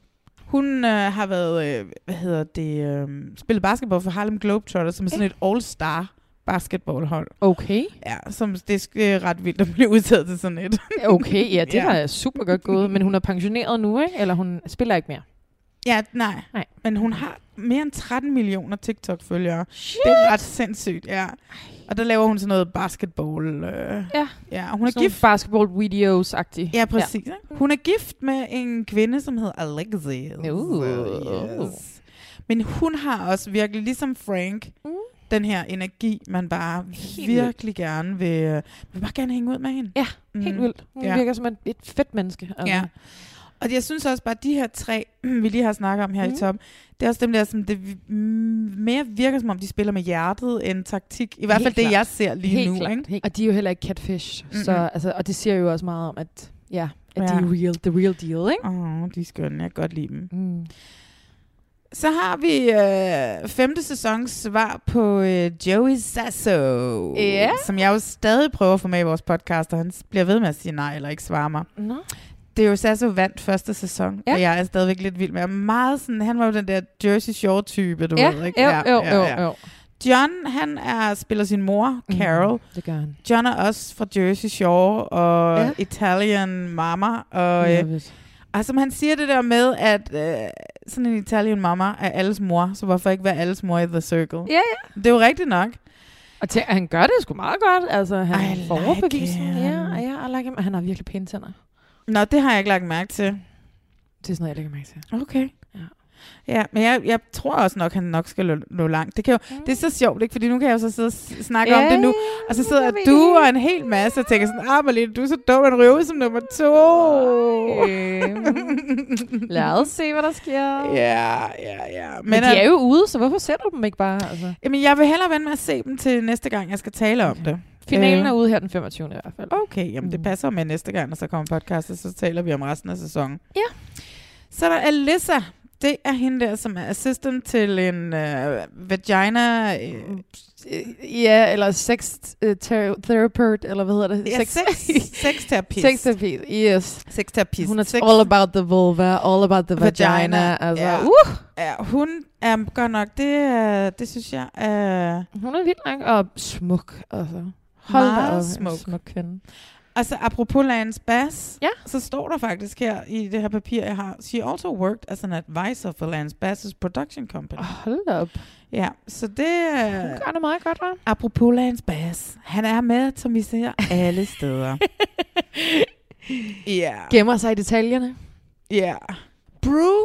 Hun øh, har været, øh, hvad hedder det, øh, spillet basketball for Harlem Globetrotters, som er sådan et all-star basketballhold.
Okay.
Ja, som det er sk- øh, ret vildt at blive udtaget til sådan et.
Okay, ja, det var super godt gået, men hun er pensioneret nu, ikke? Eller hun spiller ikke mere.
Ja, nej.
nej.
Men hun har mere end 13 millioner TikTok-følgere. Det er ret sindssygt, ja. Og der laver hun sådan noget basketball. Øh.
Ja.
ja og hun er
Sådan nogle
gift.
basketball videos-agtig.
Ja, præcis. Ja. Hun er gift med en kvinde, som hedder Alexis.
Uh.
Yes. Men hun har også virkelig, ligesom Frank, mm. den her energi, man bare Helt
Helt
virkelig vildt. gerne vil, øh, vil bare gerne hænge ud med hende. Mm.
Ja, Helt vildt. Hun ja. virker som et, et fedt menneske. Altså,
Ja. Og jeg synes også bare, at de her tre, vi lige har snakket om her mm.
Mm.
i top, det er også dem der, som det vi- mm, mere virker som om, de spiller med hjertet end taktik. I hvert fald
Helt
det,
klart.
jeg ser lige
Helt
nu.
klart.
Ikke?
Helt. Og de er jo heller ikke catfish, mm-hmm. så,
Mm-mm.
altså, og det siger jo også meget om, at, ja, at
Ja.
ja. de er real, the real deal, ikke?
Åh, oh, de er skønne. Jeg kan godt lide dem.
Mm.
Så har vi øh, femte sæsons svar på øh, Joey Sasso,
Ja.
som jeg jo stadig prøver at få med i vores podcast, og han s- bliver ved med at sige nej eller ikke svare mig.
Nå.
Det er jo Sasso vandt første sæson, ja. og jeg er stadigvæk lidt vild med ham. Meget sådan, han var jo den der Jersey Shore-type, du
Ja,
ved, ikke?
jo, jo, jo, jo. Mhm.
John, han er, spiller sin mor, Carol. Mm,
det gør han.
John er også fra Jersey Shore og ja.
Ja.
Italian Mama. Og,
Jeg
øh,
ved.
og som han siger det der med, at øh, sådan en Italian Mama er alles mor, så hvorfor ikke være alles mor i The Circle?
Ja, ja.
Det er jo rigtigt nok.
Og til, han gør det sgu meget godt. Altså, han
I
får
like
overbevisen.
him.
Ja, ja, I like him. Og Han har virkelig pæne tænder.
Nå, det har jeg ikke lagt mærke til.
Det er sådan noget, jeg lægger mærke til.
Okay.
Ja.
Ja, men jeg, jeg tror også nok, han nok skal nå- nå langt. Det, kan jo, mm. det er så sjovt, ikke? Fordi nu kan jeg jo så sidde og s- snakke yeah, om det nu. Og så sidder du og en hel masse og tænker sådan, ah, Marlene, du er så dum, en røve som nummer to.
øhm. Lad os se, hvad der sker.
Ja, ja, ja.
Øh, Men, men de
al-
er jo ude, så hvorfor sætter du dem ikke bare? Altså?
Jamen, jeg vil hellere vente med at se dem til næste gang, jeg skal tale om det.
Finalen
Øh,
er ude her den 25. i hvert fald.
Okay, jamen det passer med næste gang, når så kommer podcastet, så taler vi om resten af sæsonen. Ja. Så er der Alyssa. Det er hende der, som er assistant til en øh, vagina... Øh,
Ja, eller sex øh, ter- therapist, eller hvad hedder det?
ja, sex, sexterapist.
Sex therapist, yes.
Sex therapist.
Hun er
Sex-
all about the vulva, all about the vagina. vagina altså,
ja.
uh,
ja, hun er godt nok, det, er- det synes jeg er...
hun er vild nok, og smuk. Altså. Hold da op,
meget
en
smuk.
smuk kvinde.
Altså, apropos Lance Bass, ja. så står der faktisk her i det her papir, jeg har, she also worked as an advisor for Lance Bass's production company.
Hold da op.
Ja, så det... Hun
gør det meget godt, hva'?
Apropos Lance Bass, han er med, som vi ser, alle steder. Ja.
Gemmer sig i detaljerne.
Ja. Brew,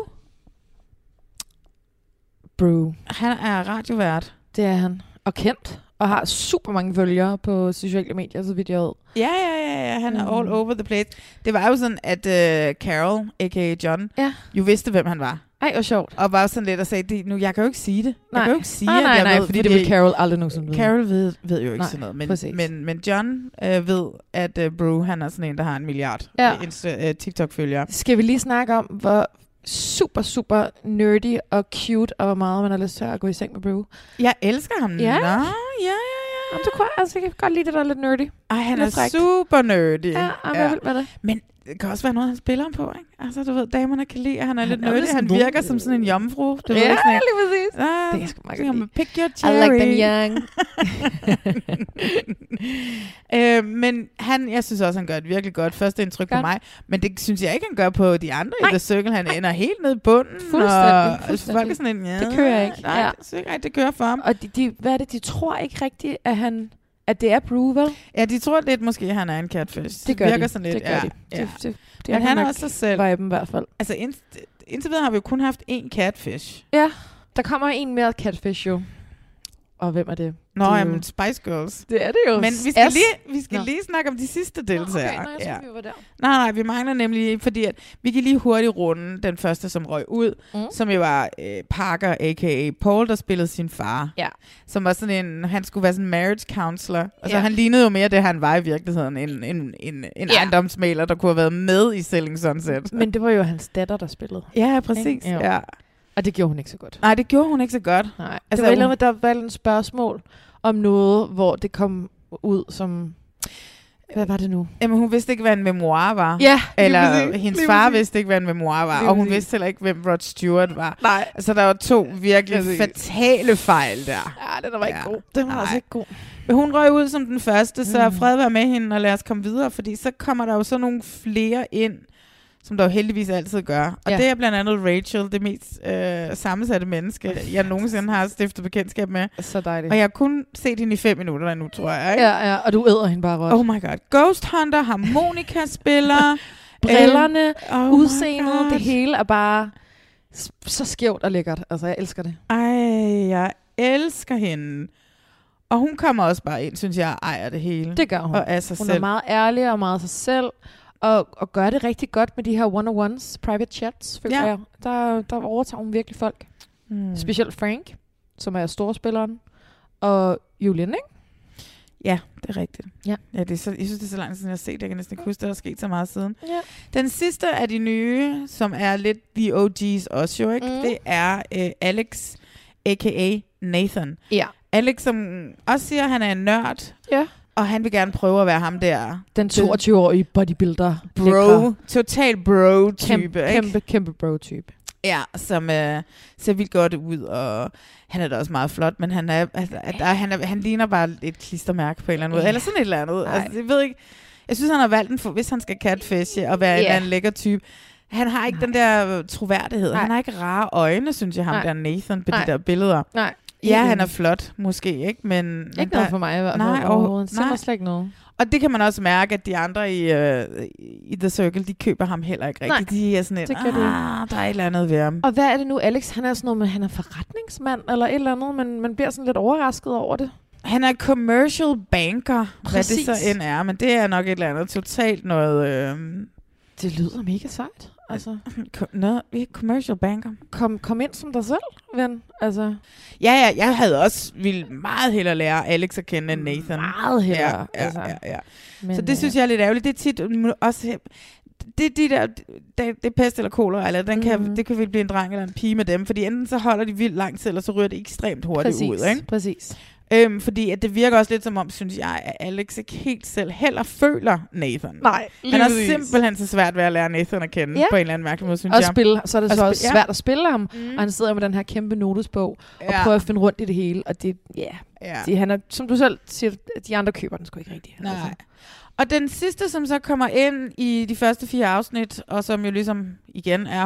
Brew.
han er radiovært.
Det er han. og kendt, og har super mange følgere på sociale medier, så vidt jeg ved.
Ja, ja, ja, ja. Han er all over the place. Det var jo sådan, at øh, Carol, a.k.a. John,
ja.
jo vidste, hvem han var.
Ej, hvor sjovt.
Og var jo sådan lidt og sagde, det, nu, jeg kan jo ikke sige det. Jeg
Nej.
kan jo ikke sige,
nej, Ah, nej,
at jeg
nej,
ved,
fordi, det vil Carol aldrig nogensinde vide.
Carol ved, ved jo ikke
Nej,
sådan noget. Men,
præcis.
men, men John øh, ved, at øh, Brew, han er sådan en, der har en milliard
Ja.
øh, Insta, øh, TikTok-følgere.
Skal vi lige snakke om, hvor super, super nerdy og cute, og hvor meget man har lyst til at gå i seng med Brew.
Jeg elsker ham.
Ja.
Nå, ja, ja, ja.
Jamen, du kunne, altså, jeg kan godt lide det, der er lidt nerdy.
Ej, han
Lidt
er
frækt.
super nerdy.
Ja, jamen, jeg er vild med det.
Men det kan også være noget, han spiller ham på, ikke? Altså, du ved, damerne kan lide, at han er lidt
er jo
nerdy.
lidt
Han
sådan-
virker som sådan en jomfru. Du ved,
Ja,
sådan en-
lige præcis.
Ah,
Det kan jeg sgu meget godt
sådan
lide.
med, Pick your
I
cherry.
like them young.
øh, men han, jeg synes også, han gør et virkelig godt første indtryk på
Godt.
mig. Men det synes jeg ikke, han gør på de andre
Nej.
i The Circle. Han ender helt nede i bunden.
Fuldstændig,
Og
fuldstændig.
Folk er sådan en, ja,
Det kører ikke.
Nej,
Ja.
det, synes jeg ikke, ej, det kører for ham.
Og de, de, hvad er det, de tror ikke rigtigt, at han at det er Brew, vel?
Ja, de tror lidt måske, at han er en catfish.
Det gør
virker
de.
sådan lidt.
Det gør
ja,
de.
Ja.
Det, det, det
Men
kan
han er
nok
også sig selv.
viben i hvert fald.
Altså, indtil, indtil videre har vi jo kun haft én catfish.
Ja, der kommer en mere catfish jo. Og hvem er det?
Nå,
det er jo-
jamen, Spice Girls.
det er det jo.
Men vi skal,
S.
lige, vi skal
Nå.
lige snakke om de sidste deltagere.
Nå, okay, nå, jeg troede, vi var der.
Nej, nej, vi mangler nemlig, fordi at vi kan lige hurtigt runde den første, som røg ud,
Mm.
mm. som jo var øh, Parker, a.k.a. Paul, der spillede sin far.
Ja.
Som var sådan en, han skulle være sådan en marriage counselor. Altså,
Ja.
han lignede jo mere det, han var i virkeligheden, en, en, en, en
Ja.
ejendomsmaler, der kunne have været med i Selling Sunset.
Men det var jo hans datter, der spillede.
Ja, præcis.
Ikke? Jo.
Ja.
Og det gjorde hun ikke så godt.
Nej, det gjorde hun ikke så godt.
Nej. Altså, det
Altså,
var et
hun-
eller andet, der var en spørgsmål om noget, hvor det kom ud som... Hvad var det nu?
Jamen, hun vidste ikke, hvad en memoir var.
Ja, lige
Ah. Eller
præcis,
hendes
lige
far
præcis.
vidste ikke, hvad en memoir var,
Lige
og hun
præcis.
vidste heller ikke, hvem Rod Stewart var.
Nej.
Altså, der var to virkelig
Præcis.
fatale fejl der.
Ja, Ah, den var ikke
Ja.
god. Den var
Nej.
altså ikke god.
Men hun røg ud som den første, så fred være med hende, og lad os komme videre, fordi så kommer der jo så nogle flere ind, som der jo heldigvis altid gør. Og
Ja.
ja. det er blandt andet Rachel, det mest øh, sammensatte menneske, jeg nogensinde har stiftet bekendtskab med.
Så dejligt.
Og jeg har kun set hende i fem minutter nu, tror jeg. Ikke?
Ja, ja, og du æder hende bare råt.
Oh my god. Ghost Hunter, harmonikaspiller.
Brillerne,
øh, oh my
udseendet,
God.
det hele er bare s- så skævt og lækkert. Altså, jeg elsker det.
Ej, jeg elsker hende. Og hun kommer også bare ind, synes jeg, og ejer det hele.
Det gør hun.
Og er sig
Hun
selv.
er meget ærlig og meget sig selv, og, og gør det rigtig godt med de her one-on-ones, private chats, føler
Ja.
jeg. Der, der overtager hun virkelig folk.
mm.
Specielt Frank, som er storspilleren, og Julian, ikke?
Ja, det er rigtigt.
Ja.
ja det er så, jeg synes, det er så lang tid siden, jeg har set det. Jeg kan næsten ikke huske, der er sket så meget siden.
Ja.
Den sidste af de nye, som er lidt the OG's også jo, ikke?
Mm.
Mm. det er øh, Alex, a.k.a. Nathan.
Ja.
Alex, som også siger, at han er en nørd,
Ja.
og han vil gerne prøve at være ham der.
Den 22-årige bodybuilder.
Bro,
lækre,
total bro-type.
Kæmpe,
ikke?
kæmpe, kæmpe bro-type.
Ja, som øh, ser vildt godt ud, og han er da også meget flot, men han, er, altså, at der, han, er, han ligner bare et klistermærke på en eller anden måde,
Ja.
eller sådan et eller andet.
Ej.
Altså, jeg ved ikke, jeg synes, han har valgt en, for, hvis han skal catfishe og være
Ja.
yeah. en, en lækker type. Han har ikke Nej. den der øh, troværdighed.
Nej.
Han har ikke rare øjne, synes jeg, ham
Nej.
der Nathan på
Nej.
de der billeder.
Nej.
Ja, han er flot, måske, ikke? Men, men
Ikke noget
der-
for mig i hvert fald.
Nej, overho-
overhovedet. Nej.
nej.
slet ikke noget.
og det kan man også mærke, at de andre i, øh, i The Circle, de køber ham heller ikke
Nej,
rigtigt. De er sådan et,
det kan du ikke.
ah, der er et eller andet ved ham.
Og hvad er det nu, Alex? Han er sådan noget med, han er forretningsmand eller et eller andet, men man bliver sådan lidt overrasket over det.
Han er commercial banker,
Præcis.
hvad det så end er, men det er nok et eller andet totalt noget... Øh,
Det lyder mega sejt. Altså,
co- noget vi er commercial banker.
kom, kom ind som dig selv, ven. Altså,
Ja, ja, jeg havde også ville meget hellere lære Alex at kende end Nathan.
meget
ja,
hellere.
ja,
altså.
ja, ja.
Men, øh,
Så det synes jeg er lidt ærgerligt. Det er tit mm, også... her- Det, de der, det, det er pest eller kolera, eller den kan,
Mhm.
det kan vel blive en dreng eller en pige med dem, fordi enten så holder de vildt lang tid, eller så ryger det ekstremt hurtigt
præcis,
ud. Ikke?
Præcis.
Øhm, fordi at det virker også lidt som om, synes jeg, at Alex ikke helt selv heller føler Nathan.
Nej,
Han har simpelthen så svært ved at lære Nathan at kende
Ja.
ja. på en eller anden mærkelig måde, synes
Og
jeg.
spille, så er det
Og
så
spil-
også
ja.
svært at spille ham.
Mm.
Og han sidder med den her kæmpe notesbog og
Ja.
prøver at finde rundt i det hele. Og det, ja,
Ja.
det, han er, som du selv siger, de andre køber den sgu ikke rigtigt. Altså.
Nej. Og den sidste, som så kommer ind i de første fire afsnit, og som jo ligesom igen er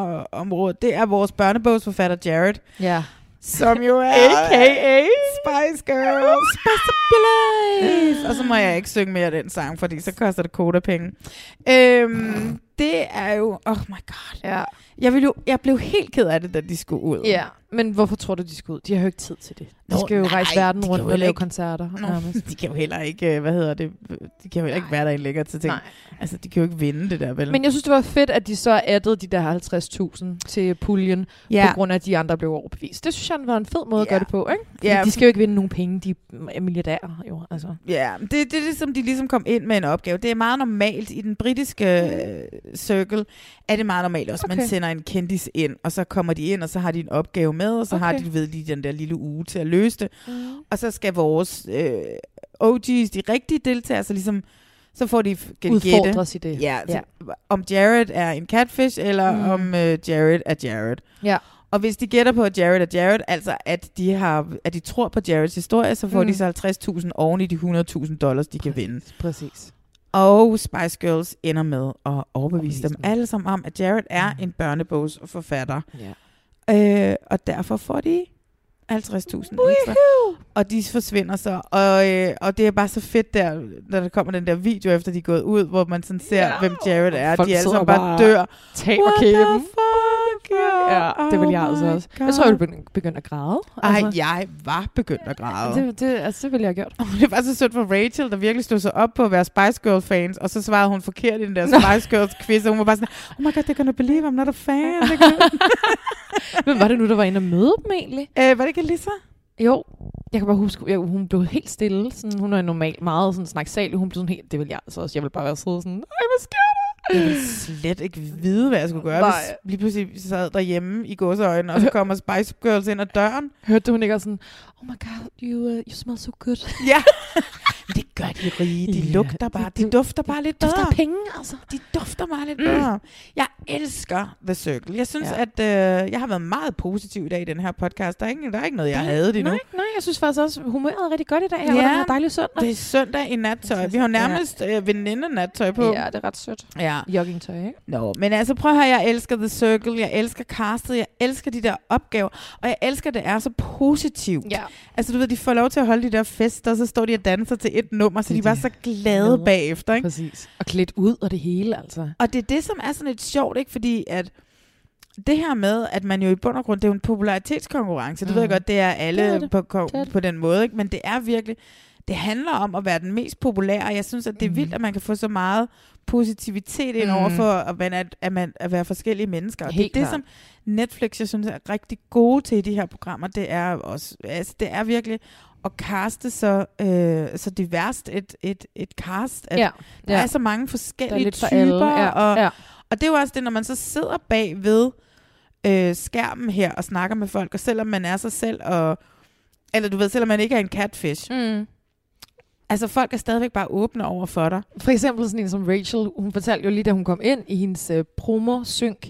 hovedområdet, det er vores børnebogsforfatter Jared,
Ja.
som jo er...
A.K.A..
Spice Girls. Spice Girls. Og så må jeg ikke synge mere af den sang, fordi så koster det koda penge. Øhm, det er jo... Oh my god.
Ja.
Jeg, ville jo, jeg blev helt ked af det, da de skulle ud.
Ja, Men hvorfor tror du, de skal ud? De har jo ikke tid til det. De
Nå,
skal jo
nej,
rejse verden
de kan
rundt
jo
og
heller
lave
ikke-
koncerter.
Nå,
nærmest.
de kan jo heller ikke, øh, hvad hedder det, de kan jo heller ikke være der i længere tid.
Nej.
Altså, de kan jo ikke vinde det der, vel?
Men jeg synes, det var fedt, at de så addede de der 50.000 til puljen,
Ja.
ja. på grund af, at de andre blev overbevist. Det synes jeg var en fed måde at gøre det på, ikke? Fordi
Ja,
ja. de
for-
skal jo ikke vinde nogen penge, de er milliardærer jo. Altså.
Ja, men det, det er det, som de ligesom kom ind med en opgave. Det er meget normalt i den britiske øh, circle, er det meget normalt også, okay. man
Okay.
sender en kendis ind, og så kommer de ind, og så har de en opgave med, og så okay. har
Okay.
de, ved lige den der lille uge til at løse det.
Mm.
Og så skal vores øh, OG's, de rigtige deltagere, så ligesom, så får de f- gætte.
Udfordres i det.
Ja, altså, så, ja,
Ja.
om Jared er en catfish, eller mm.
Mm.
om øh, Jared er Jared.
Ja.
Og hvis de gætter på, at Jared er Jared, altså at de, har, at de tror på Jareds historie, så får mm.
Mm.
de så 50.000 oven i de 100.000 dollars, de kan vinde.
Præcis.
Og Spice Girls ender med at overbevise dem
dem. Mm.
alle sammen om, at Jared er en børnebogsforfatter.
Ja.
Øh, og derfor får de 50.000 ekstra. Og de forsvinder så. Og, øh, og det er bare så fedt der, når der kommer den der video, efter de er gået ud, hvor man sådan ser, ja. hvem Jared er.
Folk
de alle
sidder
sammen bare
bare-
dør.
Tab
What
og
the
kæben.
fuck? Oh
Ja, det vil jeg altså også. Jeg tror, jeg ville begynde at græde. Altså,
Ej, jeg var begyndt at græde.
Det, det, altså, det ville jeg have gjort.
Det var så sødt for Rachel, der virkelig stod sig op på at være Spice Girl-fans, og så svarede hun forkert i den der Spice Girls-quiz, og hun var bare sådan, oh my god, they're gonna believe I'm not a fan. They're Gonna...
Hvem var det nu, der var inde og møde dem egentlig?
øh, var det ikke Alyssa?
Jo, jeg kan bare huske, jeg, hun blev helt stille. Sådan, hun er normalt meget sådan snaksalig. Hun blev sådan helt, det vil jeg altså også. Jeg vil bare være sidde sådan, ej, hvad sker der?
Jeg ville slet ikke vide, hvad jeg skulle gøre,
Nej.
hvis lige pludselig sad derhjemme i godseøjne, og så kommer Spice Girls ind ad døren.
Hørte hun ikke også sådan, oh my god, you, uh, you smell so good.
Ja. Men det gør de rige. De
Ja,
lugter bare, de dufter bare lidt
Du
bedre.
der penge, altså.
De dufter meget lidt bedre. Jeg elsker The Circle. Jeg synes, ja. at øh, jeg har været meget positiv i dag i den her podcast. Der er ikke, der er ikke noget, jeg havde det nu.
Nej, nej, jeg synes faktisk også, humøret er rigtig godt i dag.
Ja.
Ja. Det er dejlig søndag.
Det er søndag i nattøj. Vi har jo nærmest øh, veninde-nattøj på.
Ja, det er ret sødt.
ja.
Joggingtøj, ikke?
Nå, men altså prøv at høre, jeg elsker The Circle, jeg elsker castet, jeg elsker de der opgaver, og jeg elsker, at det er så positivt.
Ja.
Altså du ved, de får lov til at holde de der fester, og så står de og danser til et nummer, så
Det
de
er
er bare
det.
så glade
Glade.
bagefter, ikke?
Præcis. Og klædt ud og det hele, altså.
Og det er det, som er sådan lidt sjovt, ikke? Fordi at det her med, at man jo i bund og grund, det er jo en popularitetskonkurrence. Det ved jeg
Mm.
godt, det er alle
Det
det
er
er
det.
På, ko-
Det er det.
på den måde, ikke? Men det er virkelig, det handler om at være den mest populære. Jeg synes, at det er vildt, at man kan få så meget positivitet ind
Mm.
over for at man, at, at man at være forskellige mennesker. Og
Helt
det er det,
klart.
som Netflix, jeg synes, er rigtig gode til i de her programmer. Det er også, altså, det er virkelig at kaste så, øh, så diverst et, et, et cast, at
Ja.
der
ja.
er så mange
der
forskellige
er lidt for
typer,
alle. Ja.
og,
ja.
og det er jo også det, når man så sidder bag ved øh, skærmen her og snakker med folk, og selvom man er sig selv, og, eller du ved, selvom man ikke er en catfish,
Mm.
altså folk er stadigvæk bare åbne over for dig.
For eksempel sådan en som Rachel, hun fortalte jo lige, da hun kom ind i hendes øh, promo-synk,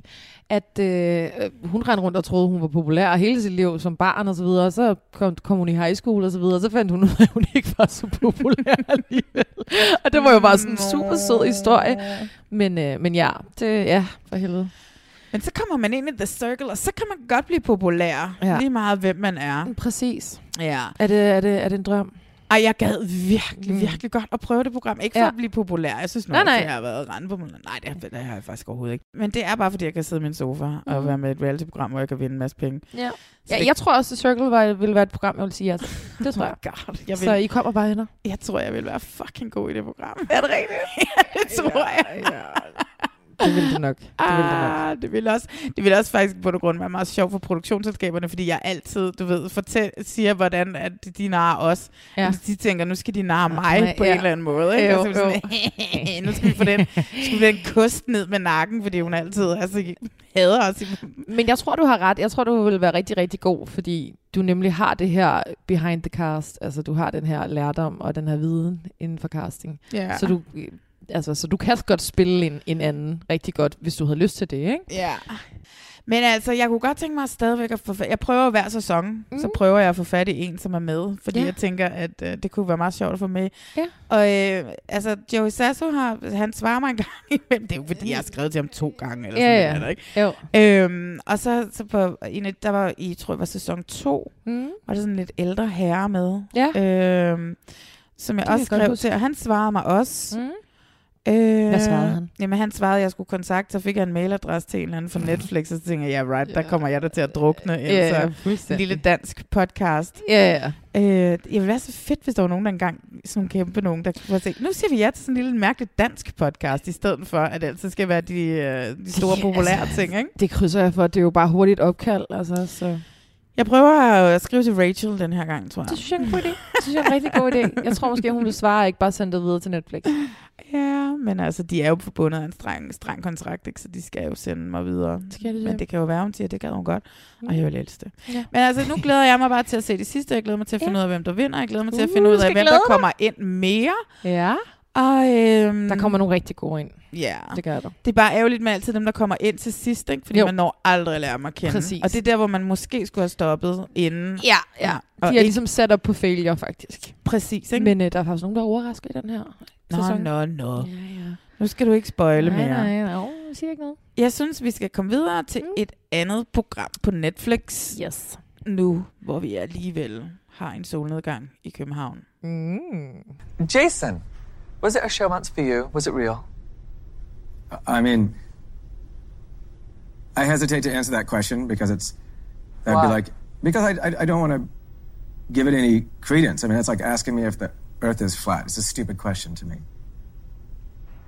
at øh, øh, hun rendte rundt og troede, hun var populær hele sit liv som barn og så videre, og så kom, kom hun i high school og så videre, og så fandt hun ud af, at hun ikke var så populær alligevel. Og det var jo bare sådan en super sød historie. Men, øh, men ja, det, ja, for helvede.
Men så kommer man ind i The Circle, og så kan man godt blive populær, ja.
Ja. Mm.
lige meget hvem man er.
Præcis.
Ja.
Er det, er det, er det en drøm?
Ej, jeg gad virkelig,
Mm.
virkelig godt at prøve det program. Ikke for
Ja.
at blive populær. Jeg synes nok,
Nej, nej.
at jeg har været rende på mig. Nej, det har, det har jeg faktisk overhovedet ikke. Men det er bare, fordi jeg kan sidde i min sofa mm. og
Mm.
være med i et reality-program, hvor jeg kan vinde en masse penge.
Ja.
Så
ja
det-
jeg tror også, at Circle var, ville være et program, jeg ville sige ja til. Det tror
Oh
jeg.
my God, jeg vil
Så I kommer bare hænder.
Jeg tror, jeg vil være fucking god i det program. Er det rigtigt? ja, det tror jeg.
Ja, ja. Det ville du nok. Det ville du nok.
Ah, det vil også, det vil også faktisk på grund være meget sjovt for produktionsselskaberne, fordi jeg altid, du ved, fortæl, siger, hvordan at de narer os. Ja.
Ja.
De tænker, nu skal de narre mig
Nej,
på ja.
ja.
en eller anden måde. Ikke?
Jo,
Og så er vi sådan, nu skal vi få den, skal vi få den kost ned med nakken, fordi hun altid altså, hader os.
Men jeg tror, du har ret. Jeg tror, du vil være rigtig, rigtig god, fordi du nemlig har det her behind the cast. Altså, du har den her lærdom og den her viden inden for casting.
Ja.
Ja. Så, du, øh, altså, så du kan godt spille en, en anden rigtig godt, hvis du havde lyst til det, ikke?
Ja. Men altså, jeg kunne godt tænke mig stadigvæk at få fat... Jeg prøver hver sæson, mm. så
Mm.
prøver jeg at få fat i en, som er med. Fordi ja.
Ja.
jeg tænker, at øh, det kunne være meget sjovt at få med.
Ja.
Og øh, altså, Joey Sasso har... Han svarer mig en gang imellem. Det er jo fordi, jeg har skrevet til ham to gange. Eller
Ja,
sådan
ja.
Noget, Altså, er det ikke?
Jo.
Øhm, og så, så på en, af- der var i, tror jeg var sæson 2,
Mm.
var der sådan en lidt ældre herre med.
Ja.
Øhm, som jeg
Det kan
også
jeg godt
skrev
huske.
til, og han svarede mig også.
Mm.
Øh,
Hvad svarede han?
Jamen han svarede, at jeg skulle kontakte, så fik jeg en mailadresse til en eller anden fra Netflix, og så tænkte jeg, ja yeah, right, der kommer jeg da til at drukne.
Ja, ja,
altså, en lille dansk podcast.
Ja,
Øh, det ville være så fedt, hvis der var nogen, der engang, sådan nogle kæmpe nogen, der kunne se, nu siger vi ja til sådan en lille mærkelig dansk podcast, i stedet for, at det altid skal være de, øh, de store
Det-
populære
altså,
ting, ikke?
Det krydser jeg for, det er jo bare hurtigt opkald. Altså, så.
Jeg prøver at skrive til Rachel den her gang, tror jeg.
Det synes jeg er en god idé. Det synes jeg er en rigtig god idé. Jeg tror måske, hun vil svare og ikke bare sende det videre til Netflix.
Ja, men altså, de er jo forbundet af en streng, streng kontrakt, ikke? så de skal jo sende mig videre.
Skal det,
Men det kan jo være, hun siger, at det gad hun godt, og jeg vil elske det.
Ja.
Men altså, nu glæder jeg mig bare til at se det sidste. Jeg glæder mig til at finde ud af, hvem der vinder. Jeg glæder mig til at
Uh,
finde ud
du
af,
skal
hvem
glæde
der
dig.
kommer ind mere.
Ja.
Og, øhm,
Der kommer nogle rigtig gode ind.
Ja.
Det gør der.
Det er bare ærgerligt med altid dem, der kommer ind til sidst, ikke? fordi
Jo.
jo. man når aldrig at lære mig at kende.
Præcis.
Og det er der, hvor man måske skulle have stoppet inden.
Ja, ja.
Og
De er
ikke-
ligesom sat op på failure, faktisk.
Præcis, ikke?
Men øh, der er faktisk nogen, der er overrasket i den her
Nå,
sæson.
nå, nå.
Ja, ja.
Nu skal du ikke spoile
Nej,
mere.
nej, nej. Åh, jeg siger ikke noget.
Jeg synes, vi skal komme videre til mm. et andet program på Netflix
Yes.
nu, hvor vi alligevel har en solnedgang i København.
Mm.
Jason, was it a showmance for you? Was it real?
I mean, I hesitate to answer that question because it's. I'd
Why?
be like, because I, I, I don't want to give it any credence. I mean, it's like asking me if the Earth is flat. It's a stupid question to me.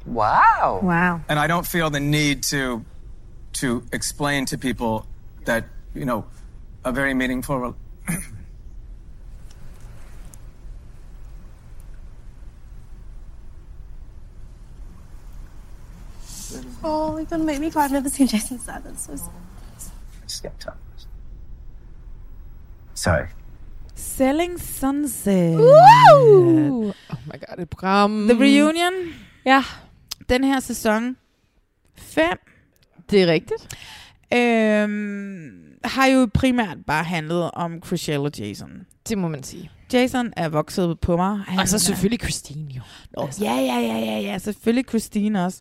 Wow. Wow.
And I don't feel the need to to explain to people that you know a very meaningful. rel-
Oh, you're gonna make me cry. I've never seen Jason sad. That's so sad.
Sorry.
Selling Sunset.
Woo! Oh my god, et program.
The Reunion.
Ja.
Den her sæson 5
Det er rigtigt.
øhm, har jo primært bare handlet om Chriselle og Jason.
Det må man sige.
Jason er vokset på mig. Han
Og så
er-
selvfølgelig Christine jo.
Nå, Ja, ja, ja, ja, ja. Selvfølgelig Christine også.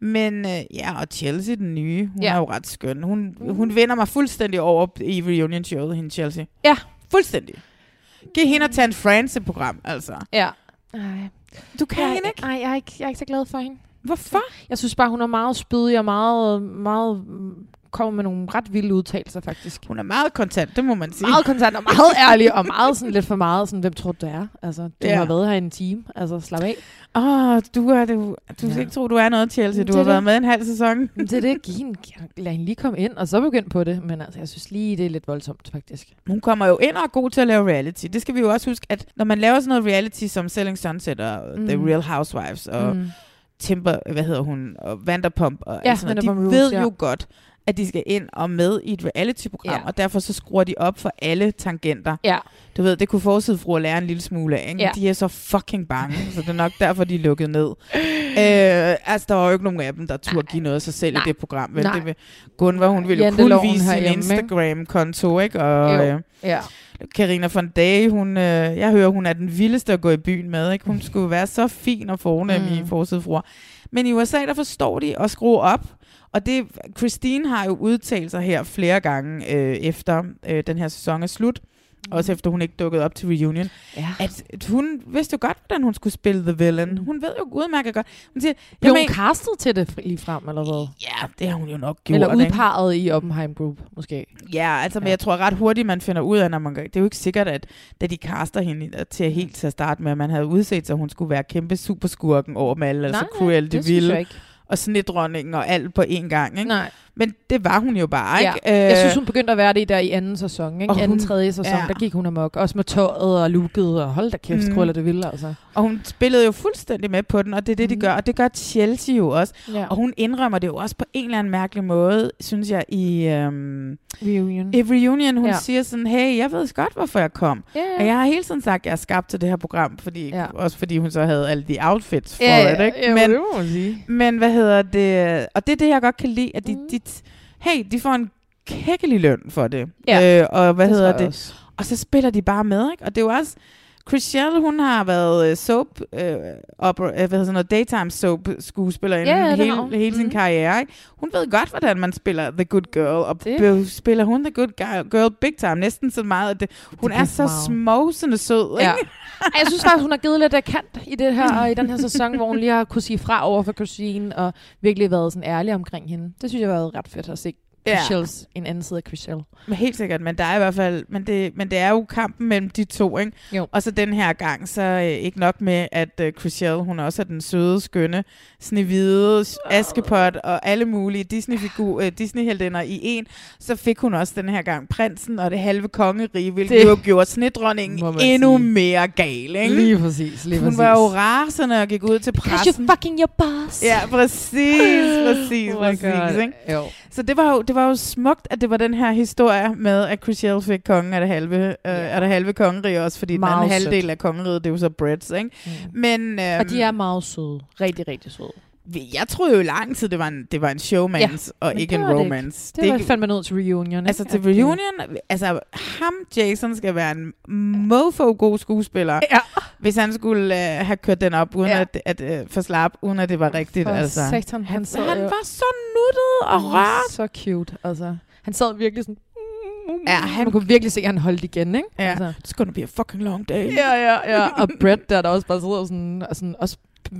Men øh, ja, og Chelsea den nye, hun
Ja.
ja. er jo ret skøn. Hun, hun vender mig fuldstændig over i reunion showet, hende Chelsea.
Ja.
Fuldstændig. Giv hende at tage en France-program, altså.
Ja. Ej.
Du kan
jeg,
hende
ikke? Nej, jeg er ikke, jeg er ikke så glad for hende.
Hvorfor?
Jeg synes bare, hun er meget spydig og meget, meget mm, kommer med nogle ret vilde udtalelser, faktisk.
Hun er meget kontant, det må man sige.
Meget kontant og meget ærlig og meget sådan lidt for meget. Sådan, hvem tror du, det er? Altså, du
Ja.
har været her i en time. Altså, slap af.
Åh, oh, du er det. Du skal
Ja.
ikke tro, du er noget, Chelsea.
Det
Du
er
har
det.
været med en halv sæson.
Men Det er det, giv hende, lad hende lige komme ind, og så begynd på det. Men altså, jeg synes lige, det er lidt voldsomt, faktisk.
Hun kommer jo ind og er god til at lave reality. Det skal vi jo også huske, at når man laver sådan noget reality som Selling Sunset og
Mm.
mm. The Real Housewives og
Mm.
mm. Timber, hvad hedder hun, og Vanderpump og
Ja,
alt sådan noget, de
Vanderpump Rules,
ved
ja.
jo godt, at de skal ind og med i et reality-program,
Ja.
ja. og derfor så skruer de op for alle tangenter.
Ja.
Du ved, det kunne forside fru og lære en lille smule af, ikke?
Ja.
De er så fucking bange, så det er nok derfor, de er lukket ned. Øh, altså, der var jo ikke nogen af dem, der turde give noget af sig selv
Nej.
i det program. Vel?
Nej.
Det vil, Gunvar, hun ville jo kun
Janteloven
vise sin
herhjemme, ikke?
Instagram-konto, ikke? Og,
Jo.
øh,
Ja.
Karina von Dage, hun, øh, jeg hører, hun er den vildeste at gå i byen med. Ikke? Hun skulle være så fin og fornem mm. i forsiden fruer. Men i USA, der forstår de at skrue op. Og det, Christine har jo udtalt sig her flere gange øh, efter øh, den her sæson er slut. Også efter hun ikke dukkede op til reunion.
Ja.
At, at hun vidste jo godt, hvordan hun skulle spille The Villain. Hun ved jo udmærket godt. Hun siger,
Blev hun
"Jamen,
castet til det fri- lige frem, eller hvad?
Ja, det har hun jo nok
Eller
gjort, ikke?
udpeget i Oppenheim Group, måske.
Ja, altså, men jeg tror ret hurtigt, man finder ud af, når man, gør- det er jo ikke sikkert, at da de kaster hende
Mm.
til helt til at starte med, at man havde udset sig, at hun skulle være kæmpe superskurken over dem alle, altså
Nej, nej,
Cruel de
det synes jeg
Vil
ikke.
og snedronningen og alt på én gang. Ikke?
Nej.
Men det var hun jo bare, ikke?
Ja. Jeg
Øh,
synes, hun begyndte at være det der i anden sæson, ikke?
Og
anden,
hun-
tredje sæson, ja.
ja.
der gik hun amok. Også med tøjet og looket, og hold da kæft, mm.
Mm.
krøller det vildt, altså.
Og hun spillede jo fuldstændig med på den, og det er det, de
Mm.
gør. Og det gør Chelsea jo også.
Ja.
Og hun indrømmer det jo også på en eller anden mærkelig måde, synes jeg, i, øhm,
Reunion.
i Reunion. Hun
Ja.
ja. siger sådan, hey, jeg ved godt, hvorfor jeg kom.
Ja, ja.
Og jeg har hele tiden sagt, at jeg er skabt til det her program, fordi,
Ja.
ja. også fordi hun så havde alle de outfits for
Ja,
det.
ja.
Ikke?
Jo,
Men,
det må man sige.
men hvad hedder det? Og det er det, jeg godt kan lide, at de,
Mm.
de t- hey, de får en kækkelig løn for det.
Ja.
Øh, og hvad
Det tror
hedder
jeg
det?
også.
Og så spiller de bare med, ikke? Og det er jo også, Chriselle, hun har været øh, soap, øh, opera, øh, hvad hedder sådan noget, daytime soap skuespillerinde
Ja, ja, den
hele,
har hun. Mhm.
hele sin karriere. Ikke? Hun ved godt, hvordan man spiller The Good Girl, og be- spiller hun The Good Guy- Girl big time, næsten så meget. At det, hun
Det
er
er
så
meget.
småsende sød,
Ja.
ikke?
Ej, jeg synes faktisk, hun har givet lidt af kant i det her, og i den her sæson, hvor hun lige har kunne sige fra over for Christine, og virkelig været sådan ærlig omkring hende. Det synes jeg har været ret fedt at se
Ja.
Chriselles, en anden side af Chriselle.
Men helt sikkert, men der er i hvert fald, men det, men det er jo kampen mellem de to, ikke?
Jo.
Og så den her gang, så øh, ikke nok med, at øh, Chriselle, hun også er den søde, skønne, snevide, askepot og alle mulige Disney-figur, øh, Disney-heldinder i en, så fik hun også den her gang prinsen og det halve kongerige, hvilket
Det
jo gjorde snedronningen
man
endnu
sige.
mere gal, ikke?
Lige præcis, lige
hun
præcis.
var jo rasende og gik ud til pressen.
Because you're fucking your boss.
Ja, præcis, præcis,
Oh my
præcis.
God.
Ikke?
Jo.
Så det var, jo, det var jo smukt, at det var den her historie med, at Chriselle fik kongen af det halve, øh, af det halve kongerige også, fordi den
Meget
anden
sødt.
halvdel af kongeriget, det er jo så Brits, ikke? Mm. Men, øhm,
Og de er meget søde. Rigtig, rigtig søde.
jeg troede jo i lang tid, det var en, det var en showmans ja, og
men
ikke
det
en
var det
romance.
Ikke. Det, det var fandme nødt til reunion.
Altså til reunion, altså ham Jason skal være en mofo god skuespiller,
ja.
hvis han skulle øh, have kørt den op uden
Ja.
ja. at, at øh, for slap, uden at det var rigtigt.
For
altså.
satan, han sad
han
jo-
var så nuttet og rørt.
Så cute, altså. Han sad virkelig sådan... "Mm,
Ja, han
Man kunne virkelig se, at han holdt igen, ikke?
Ja.
Altså.
It's gonna be a fucking long day.
Ja, ja, ja. Og Brett der, der også bare sidder sådan, og sådan, også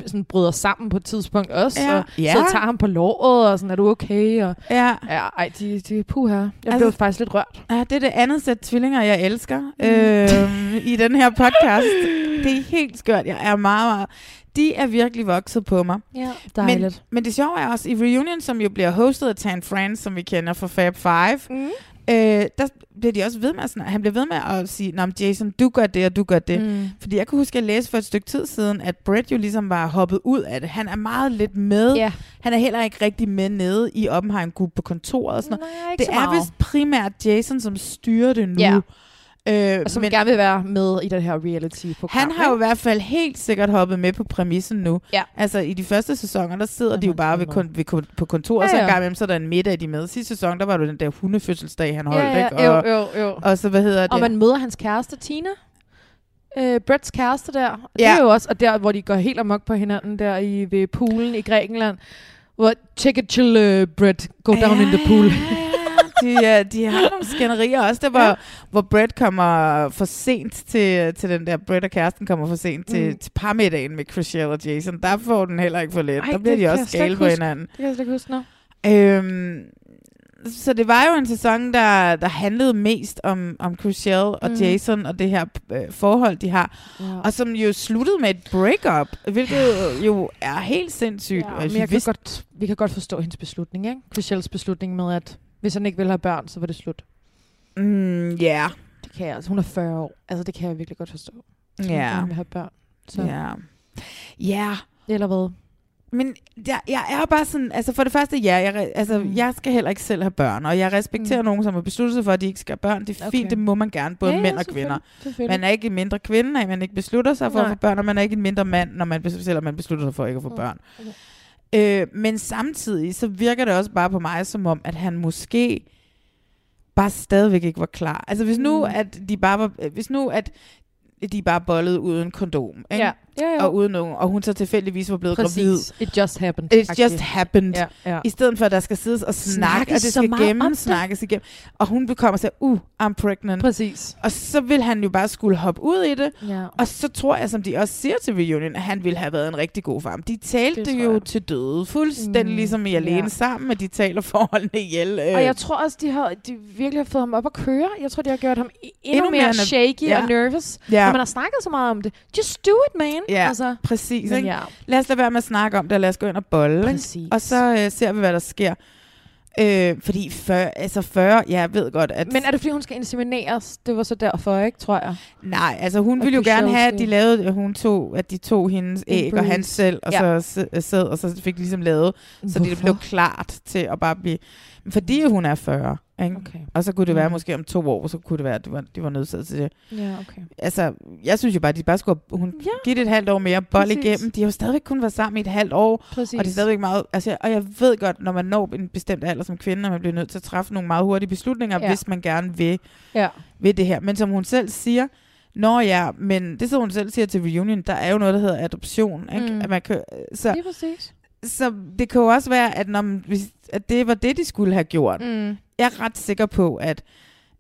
sådan bryder sammen på et tidspunkt også,
Ja.
og
Ja.
så tager ham på låret, og sådan, er du okay? Og,
Ja.
ja ej, de, de puha. Jeg altså,
Altså-
blev faktisk lidt rørt.
Ja, det er det andet sæt tvillinger, jeg elsker øh, i den her podcast. Det er helt skørt. Jeg er meget, meget... De er virkelig vokset på mig.
Ja,
men,
dejligt.
men det sjove er også, i Reunion, som jo bliver hostet af Tan France, som vi kender fra Fab Five,
mm.
øh, der bliver de også ved med at snakke. Han bliver ved med at sige, Nå, men Jason, du gør det, og du gør det.
Mm.
Fordi jeg kunne huske, at jeg læste for et stykke tid siden, at Brett jo ligesom var hoppet ud af det. Han er meget lidt med.
Ja.
Han er heller ikke rigtig med nede i Oppenheim Group på kontoret og sådan
Nej, ikke
Det
så
er
meget.
vist primært Jason, som styrer det nu.
Ja.
Øh,
Og som
men-
men, gerne vil være med i den her reality-program.
han har
ikke?
jo i hvert fald helt sikkert hoppet med på præmissen nu.
Ja.
Altså i de første sæsoner, der sidder de jo bare ved kon- ved kon- på kontoret,
Ja,
ja, ja. så
ja.
en gang imellem, så er der en middag, de er med. Sidste sæson, der var det jo den der hundefødselsdag, han holdt.
ja,
ikke? Og,
jo, jo, jo.
og så, hvad hedder det?
Og man møder hans kæreste, Tina. Øh, Bretts kæreste der. Og Det
Ja.
er jo også, og der, hvor de går helt amok på hinanden, der i, ved poolen i Grækenland. Hvor, take it chill, uh, Brett. Go down in the pool.
de, ja, de har nogle skænderier også, der, hvor, ja. hvor Brett kommer for sent til, til den der, Brett og kæresten kommer for sent til,
Mm.
til parmiddagen med Chriselle og Jason. Der får den heller ikke for let.
Ej,
der bliver
det
de
kan
også
jeg slet ikke
gale på
huske.
hinanden.
Det kan jeg slet ikke huske nu.
Øhm, så det var jo en sæson, der, der handlede mest om, om Chriselle og
Mm.
mm. Jason og det her øh, forhold, de har.
Ja.
Og som jo sluttede med et breakup, hvilket jo er helt sindssygt.
Ja,
Og
men
altså, vi
jeg kan
vidste-
godt, vi kan godt forstå hendes beslutning, ikke? Chriselles beslutning med, at hvis han ikke vil have børn, så var det slut.
Mm, yeah.
Det kan jeg altså. Hun er 40 år. Altså, det kan jeg virkelig godt forstå. Hvis
Ja.
Hun gerne vil have børn. Så.
Ja. Ja.
Eller hvad?
Men jeg, jeg er bare sådan, altså for det første, ja, jeg, re- altså,
Mhm.
mm. jeg skal heller ikke selv have børn, og jeg respekterer mm.
Mm.
nogen, som har besluttet sig for, at de ikke skal have børn. Det er okay.
Okay.
fint, det må man gerne, både
Ja,
ja,
ja,
mænd og
selvfølgelig,
kvinder.
selvfølgelig.
Man er ikke en mindre kvinde, når man ikke beslutter sig for
Nej.
at få børn, og man er ikke en mindre mand, når man, bes- selvom man beslutter sig for ikke at få
Mm.
børn.
Okay.
Øh, men samtidig, så virker det også bare på mig, som om, at han måske bare stadigvæk ikke var klar. Altså hvis nu,
Mm.
at de bare var, øh, hvis nu, at de bare bollede uden kondom, ikke?
Ja. Ja, ja.
og uden nogen, og hun så tilfældigvis var blevet gravid.
Præcis. It just happened.
It
agtigt.
just happened.
Ja, ja.
I stedet for, at der skal siddes og snakke,
Snakkes
og det
så
skal
meget om
gemme,
det.
snakkes igennem. Og hun kommer og siger, uh, I'm pregnant.
Præcis.
Og så vil han jo bare skulle hoppe ud i det.
Ja.
Og så tror jeg, som de også siger til Reunion, at han ville have været en rigtig god far. Men De talte
Det tror
det jo
jeg.
jeg. til døde, fuldstændig
Mm,
mm, ligesom i Alene
ja.
sammen, at de taler forholdene ihjel. Øh.
Og jeg tror også, de har de virkelig har fået ham op at køre. Jeg tror, de har gjort ham i- endnu, endnu
Endnu
mere,
mere nerv-
shaky ja.
Ja.
og nervous. Ja.
Ja.
Når man har snakket så meget om det. Just do it, man.
Ja,
Altså,
præcis.
men
Ikke?
ja.
Lad os lade være med at snakke om det, og lad os gå ind og bolle. ikke?
Præcis.
Og så øh, ser vi, hvad der sker. Øh, fordi 40, altså 40, ja, jeg ved godt, at...
Men er det, fordi hun skal insemineres? Det var så derfor, ikke, tror jeg.
Nej, altså hun
Og
ville jo
Chriselle
gerne have, at de
skal-
lavede, at hun tog, at de tog hendes
En
æg og hans
bruise.
selv, og
Ja.
ja. så s- sæd, og så fik de ligesom lavet, så det
Hvorfor?
blev klart til at bare blive... Fordi hun er 40, ikke?
Okay.
Og så kunne det være
Mm.
måske om to år, så kunne det være, at de var, de var nødsaget til det.
Ja, okay.
Altså, jeg synes jo bare, at de bare skulle have- hun
Ja.
ja. give det et halvt år mere bold
Præcis.
igennem. De har jo stadigvæk kun været sammen i et halvt år.
Præcis.
Og det er stadigvæk meget... Altså, og jeg ved godt, når man når en bestemt alder som kvinde, og man bliver nødt til at træffe nogle meget hurtige beslutninger,
Ja.
ja. hvis man gerne vil
Ja.
ved det her. Men som hun selv siger, Nå ja, men det som hun selv siger til Reunion, der er jo noget, der hedder adoption. Ikke?
Mm.
At man kan, så,
Lige præcis.
så det kan jo også være, at, når, man- hvis- at det var det, de skulle have gjort.
Mm.
Jeg er ret sikker på, at,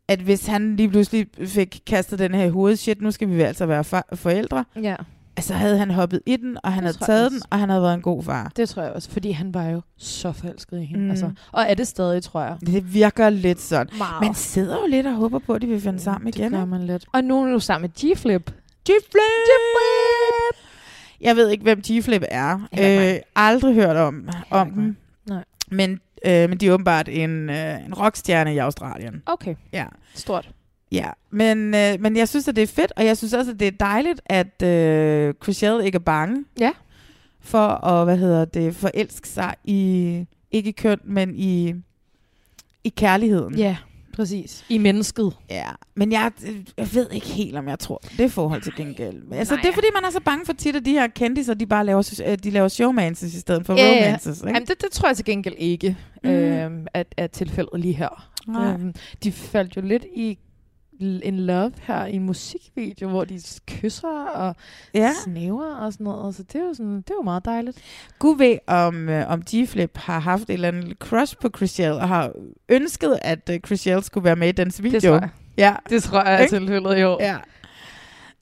at hvis han lige pludselig fik kastet den her i hovedet, shit, nu skal vi altså være for, forældre,
Ja.
altså havde han hoppet i den, og han
Det
havde
tror jeg
taget
også.
den, og han havde været en god far.
Det tror jeg også, fordi han var jo så forelsket i hende.
Mm.
Mm. Altså, og er det stadig, tror jeg.
Det virker lidt sådan.
Meget.
Man sidder jo lidt og håber på, at de vil finde sammen igen. Det gør
man lidt. Og nu er du sammen med G-Flip.
G-Flip! G-Flip! Jeg ved ikke, hvem G-Flip er.
Heller ikke
Øh, aldrig hørt om, om dem.
Nej.
Men, øh, men de er åbenbart en, øh, en rockstjerne i Australien.
Okay.
Ja.
Stort.
Ja, men, øh, men jeg synes, at det er fedt, og jeg synes også, at det er dejligt, at øh, Chriselle ikke er bange
ja.
for at, hvad hedder det, forelske sig i, ikke i køn, men i, i kærligheden.
Ja, præcis. I mennesket.
Ja, men jeg, jeg ved ikke helt, om jeg tror det forhold til gengæld. Men Altså, det er fordi, man er så bange for tit, at de her kendiser, de bare laver, so- øh, de laver showmances i stedet for
Ja, ja.
romances. Ikke?
Jamen, det, det tror jeg til gengæld ikke
Mm.
mm. øhm, at, at tilfældet lige her.
Nej.
Øhm, de faldt jo lidt i l- en love her i en musikvideo, hvor de s- kysser og
Ja.
ja. snæver og sådan noget. Så det er jo, sådan, det er jo meget dejligt.
Gud ved, om, øh, om G-Flip har haft et eller andet crush på Chriselle, og har ønsket, at øh, Chriselle skulle være med i dens video.
tror jeg.
Ja.
Det tror jeg er
Ikke?
tilfældet, jo.
Ja.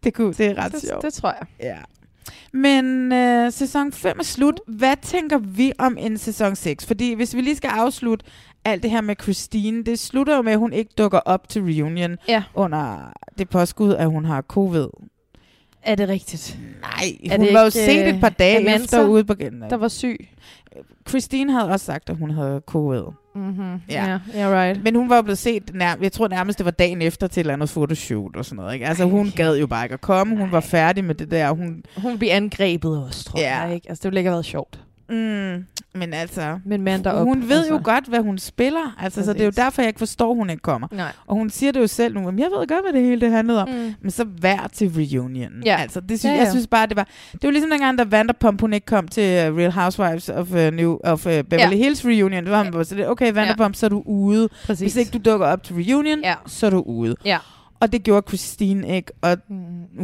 Det, kunne, det er ret
Det-
sjovt.
det tror jeg.
Ja. Men øh, sæson 5 er slut. Hvad tænker vi om en sæson 6? Fordi hvis vi lige skal afslutte alt det her med Christine, det slutter jo med, at hun ikke dukker op til reunion
Ja.
under det påskud, at hun har covid.
Er det rigtigt?
Nej, hun var jo set et par dage efter ude på gennem.
øh, Der var syg.
Christine havde også sagt, at hun havde covid.
Mm-hmm.
Ja.
Ja, yeah, right.
Men hun var jo blevet set, nær, jeg tror nærmest, det var dagen efter til et eller andet fotoshoot og sådan noget. Ikke? Altså hun gad jo bare ikke at komme, hun var færdig med det der. Hun,
Hun blev angrebet også, tror
Ja.
jeg. Ikke? Altså, det ville ikke have været sjovt.
Mm, men altså...
Men mand derop,
Hun ved jo
altså.
godt, hvad hun spiller. Altså, så det er jo
Præcis.
derfor, jeg ikke forstår, hun ikke kommer.
Nej.
Og hun siger det jo selv nu. "Jamen, Jeg ved godt, hvad det hele det handlede om.
Mm.
Men så vær til reunionen.
Ja.
Altså, det synes,
Ja,
ja,
ja.
ja. Jeg synes bare, det var... Det var ligesom dengang, da Vanderpump, hun ikke kom til øh, Real Housewives of, uh, New, of uh, Beverly
Ja.
Hills Reunion. Det var hun bare så lidt, okay, Vanderpump, ja. så er du ude.
Præcis.
Hvis ikke du dukker op til reunion, ja. så er du ude.
Ja.
Og det gjorde Christine ikke, og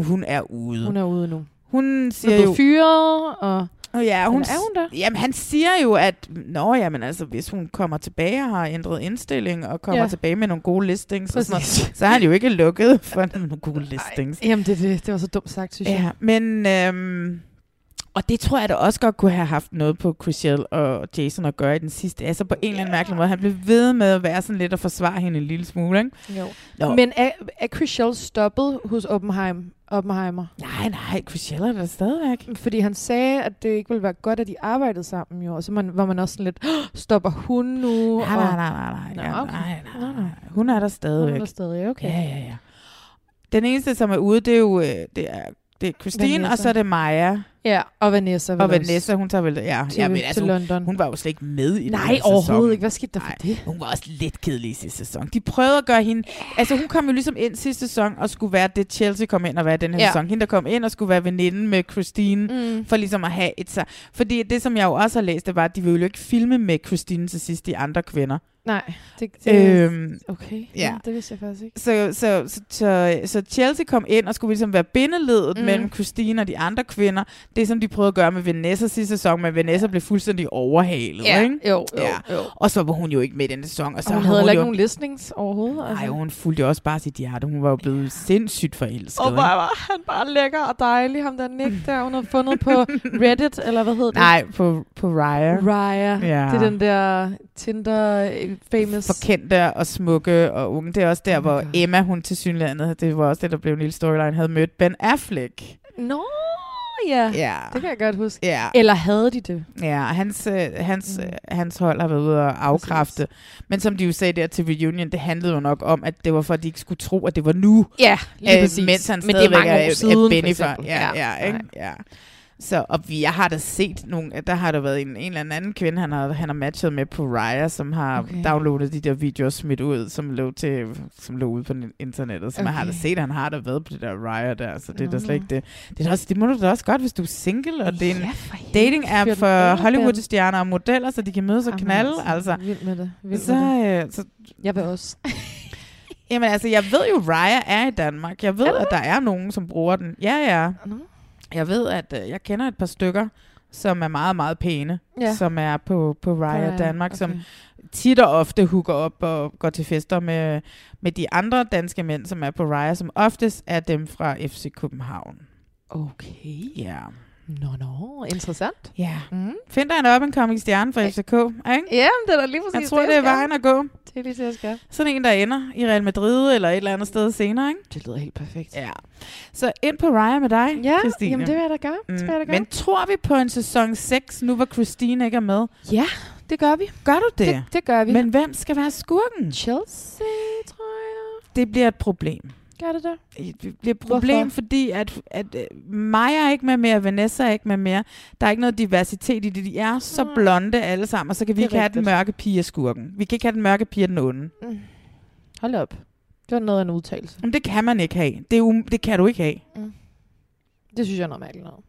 hun er ude.
Mm, Hun er ude nu.
Hun
Hun
siger
er blevet
jo...
fyret, og...
Og ja, hun,
Eller er hun
der? Jamen, han siger jo, at nå, jamen, altså, hvis hun kommer tilbage og har ændret indstilling og kommer ja.
Ja.
tilbage med nogle gode listings, og sådan
Præcis.
noget, så har han jo ikke lukket for nogle gode listings.
Jamen, det, det, det var så dumt sagt, synes
Ja,
jeg.
men... Øhm, og det tror jeg da også godt kunne have haft noget på Chriselle og Jason at gøre i den sidste. Altså på en eller anden mærkelig måde. Han blev ved med at være sådan lidt og forsvare hende en lille smule, ikke?
Jo.
Nå.
Men er, er Chris Schell stoppet hos Oppenheim, Oppenheimer?
Nej, nej, Chriselle er der stadigvæk.
Fordi han sagde, at det ikke ville være godt, at de arbejdede sammen jo. Og så man, var man også sådan lidt, "Åh, stopper hun nu?
Nej,
Og-
nej, nej, nej, nej,
Nå, okay.
nej,
Nå, nå.
Hun er der
Hun
stadigvæk.
er der stadig, okay.
Ja, ja, ja. Den eneste, som er ude, det er jo øh, det er, det er Christine, Vanessa. og
Vanessa.
så er det Maja.
Ja, og Vanessa. vel
Og
også.
Vanessa, hun tager vel... Ja,
Til-
ja men
til
altså, hun,
London.
hun var jo slet ikke med i den
Nej,
her sæson.
overhovedet ikke. Hvad skete der for det?
Hun var også lidt kedelig i sidste sæson. De prøvede at gøre hende... Altså, hun kom jo ligesom ind sidste sæson og skulle være det, Chelsea kom ind og være i den her
Ja.
sæson. Hende, der kom ind og skulle være veninden med Christine,
Mm.
for ligesom at have et... Så, fordi det, som jeg jo også har læst, det var, at de ville jo ikke filme med Christine til sidst, de andre kvinder.
Nej, det, det
Øhm,
okay.
ja.
Jamen, Det vidste jeg faktisk ikke.
Så, så, så, så, så Chelsea kom ind og skulle ligesom være bindeledet mm.
Mm.
mellem Christine og de andre kvinder. Det som de prøvede at gøre med Vanessa sidste sæson, men Vanessa ja. blev fuldstændig overhalet.
Ja,
ikke?
jo, jo, jo.
Og så var hun jo ikke med i den sæson. Og så
Og hun
har
havde heller
jo-
ikke nogen listnings overhovedet. altså.
Nej, hun fulgte jo også bare sit hjerte. Hun var jo blevet ja. sindssygt forelsket.
Og
ikke?
hvor var han bare lækker og dejlig, ham der Nick der, hun har fundet på Reddit, eller hvad hedder det?
Nej, på, på Raya.
Raya.
Ja.
Det er den der øh, Tinder-famous...
Forkendte og smukke og unge. Det er også der, oh hvor Emma, hun til synlandet, det var også det, der blev en lille storyline, havde mødt Ben Affleck.
Nå, ja.
Ja.
Det kan jeg godt huske.
Ja.
Eller havde de det?
Ja, og hans, øh, hans, mm. hans hold har været ude og afkræfte. Men som de jo sagde der til Reunion, det handlede jo nok om, at det var for, at de ikke skulle tro, at det var nu. øh,
Ja, lige præcis.
Mens han
Men det er
stadigvæk
mange år
er,
siden,
er
for
Benny for.
eksempel.
Ja,
Ja,
ja, ikke? ja. Så, og vi, jeg har da set nogle, der har der været en, en eller anden, anden kvinde, han har, han har matchet med på Raya, som har okay.
Okay.
downloadet de der videoer smidt ud, som lå, til, som lå ude på net- internettet. Så okay. man har da
Okay.
set, han har da været på det der Raya der, så det er da
Nå.
slet ikke det. Det, er da også, det må du da også godt, hvis du er single, og det er en
Ja,
dating-app
Fyr den
for
af, Ben.
Hollywood-stjerner og modeller, så de kan mødes og
Jamen,
knalde. Altså.
Vild med det. Vild
Så,
med det.
øh, så,
Jeg vil også.
Jamen altså, jeg ved jo, Raya er i Danmark. Jeg ved, at der er nogen, som bruger den. Ja, ja. Jeg ved, at øh, jeg kender et par stykker, som er meget, meget pæne,
Ja.
ja. som er på, på Raya
Raya,
Danmark, okay. som
okay.
tit og ofte hooker op og går til fester med, med de andre danske mænd, som er på Raya, som oftest er dem fra FC København.
Okay.
Ja.
Nå, nå. Interessant.
Ja. Mm. Find dig en up and coming stjerne fra FCK, ikke?
Ja, men det er da lige præcis
Jeg tror,
det,
det er
jeg skal.
vejen at gå.
Det er lige det, jeg skal.
Sådan en, der ender i Real Madrid eller et eller andet sted senere, ikke?
Det lyder helt perfekt.
Ja. Så ind på Raya med dig,
Ja,
Christine.
jamen det vil jeg da gøre. Det
Mm.
skal jeg da gøre.
Men tror vi på en sæson 6, nu hvor Christine ikke er med?
Ja, det gør vi.
Gør du det?
Det, det gør vi.
Men hvem skal være skurken?
Chelsea, tror jeg.
Det bliver et problem.
Gør det der?
Det bliver et problem,
Hvorfor?
fordi at, at øh, Maja er ikke med mere, Vanessa er ikke med mere. Der er ikke noget diversitet i det. De er så
Nej.
blonde alle sammen, og så kan vi
Det er
ikke have den
rigtigt.
mørke pige af skurken. Vi kan ikke have den mørke pige af den onde.
Mm. Hold op. Det var noget af en udtalelse.
Jamen, det kan man ikke have. Det, er um- det kan du ikke have.
Det synes jeg er noget mærkeligt noget.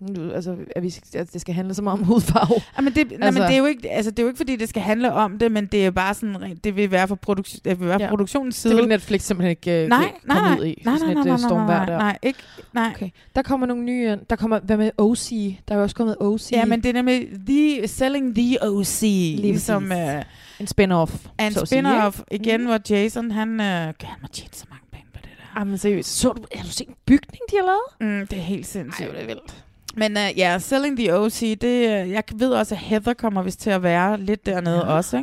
Nu, altså, at, vi, skal- at det skal handle så meget om hudfarve.
Jamen det, altså, nej, men det, er jo ikke, altså, det er jo ikke, fordi det skal handle om det, men det er bare sådan, rent- det vil være for produk- det vil være ja. produktionens side.
Det vil Netflix simpelthen ikke øh,
nej,
kunne
nej,
komme
nej,
ud i.
nej, nej,
sådan
nej,
et, øh,
nej,
stormvejr
nej, nej,
der.
nej, ikke, nej.
Okay. Der kommer nogle nye... øh, Der kommer... Hvad med OC? Der er jo også kommet OC.
Ja, men det er nemlig the, Selling the OC,
Lige
som
præcis.
øh,
En spin-off.
er en
så at sige, ikke? Mm.
spin-off igen, hvor Jason, han, øh, han må tjene så mange penge på det der.
Jamen seriøst, så du, har du set en bygning, de har lavet?
Mm, det er helt sindssygt.
Ej, det er vildt.
Men øh, ja, Selling the OC, det, øh, jeg ved også, at Heather kommer vist til at være lidt dernede
Ja.
ja. også,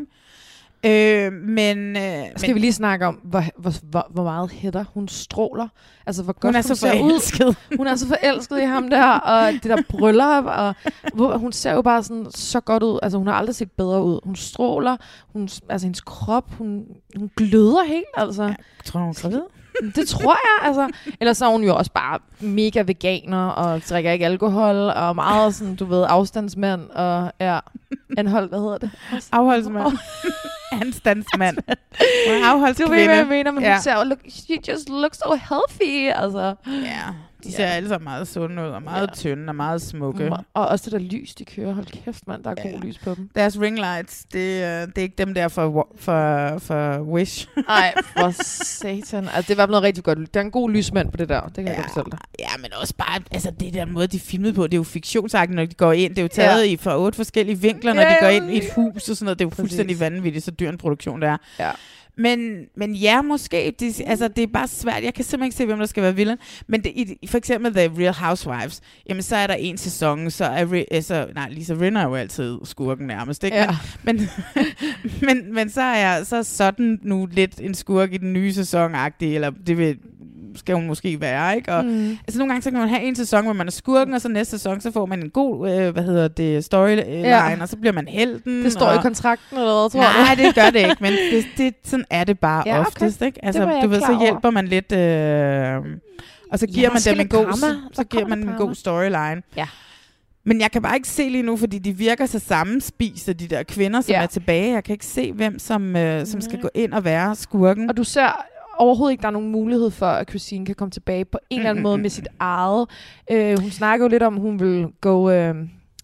ikke? Øh, men, øh,
Skal
men,
vi lige snakke om, hvor, hvor, hvor, hvor meget Hedder hun stråler? Altså, hvor godt
hun
hun,
er så
ser ud.
forelsket.
Hun er så forelsket i ham der, og det der bryllup, og hvor, hun ser jo bare sådan så godt ud. Altså, hun har aldrig set bedre ud. Hun stråler, hun, altså hendes krop, hun, hun gløder helt, altså. Ja,
tror hun er gravid?
Det tror jeg, altså. Ellers så er hun jo også bare mega veganer, og drikker ikke alkohol, og meget sådan, du ved, afstandsmand, og ja, anhold, hvad hedder det?
Afholdsmand. Anstandsmand. Hun er
Du
afholdskvinde.
ved, hvad jeg mener, men ja.
ja.
hun ser jo, look, she just looks so healthy, altså.
Ja, de ser alle sammen meget sunde ud, og meget ja. tynde, og meget smukke.
Og også det der lys, de kører. Hold kæft, mand, der er god ja. lys på dem.
Deres ringlights, det, øh, det er ikke dem der for, Wa- for, for Wish.
Nej, for satan. Altså, det var noget rigtig godt. Der er en god lysmand på det der. Det kan ja. jeg godt fortælle dig.
Ja, men også bare, altså det der måde, de filmede på, det er jo fiktionsagtigt, når de går ind. Det er jo taget ja. i fra otte forskellige vinkler, når
Ja,
ja, de
ja,
går ind i
præcis.
et hus og sådan noget. Det er jo
Præcis.
fuldstændig vanvittigt, så dyr en produktion det er.
Ja.
Men, men ja, måske. De, altså, det er bare svært. Jeg kan simpelthen ikke se, hvem der skal være villain. Men det, i, for eksempel The Real Housewives, jamen så er der en sæson, så er Re, altså, nej, Lisa Rinna er jo altid skurken nærmest, ikke?
Ja.
Men, men, men, men, så er så er sådan nu lidt en skurk i den nye sæson eller det vil, skal hun måske være, ikke? Og,
Mm.
mm. Altså nogle gange, så kan man have en sæson, hvor man er skurken, og så næste sæson, så får man en god, øh, hvad hedder det, storyline,
Ja.
ja. og så bliver man helten.
Det står
og,
i kontrakten eller hvad, tror du?
Mm. Nej, det gør det ikke, men det, det, sådan er det bare
Ja,
ja,
okay.
okay. oftest. Ikke?
Det var
Altså,
jeg
du ved,
klar
så
over.
hjælper man lidt, øh, og så
Ja,
giver
der
man
skal
dem en
lidt
god,
drama.
så,
Der
så giver
kommer
man en
drama.
god storyline.
Ja.
Men jeg kan bare ikke se lige nu, fordi de virker så sammenspiste, de der kvinder, som
Ja.
ja. er tilbage. Jeg kan ikke se, hvem som, øh, som skal
Nej.
gå ind og være skurken.
Og du ser overhovedet ikke, der er nogen mulighed for, at Christine kan komme tilbage på en eller
Mm,
anden måde med sit eget. Øh, hun snakker jo lidt om, hun vil gå... Øh,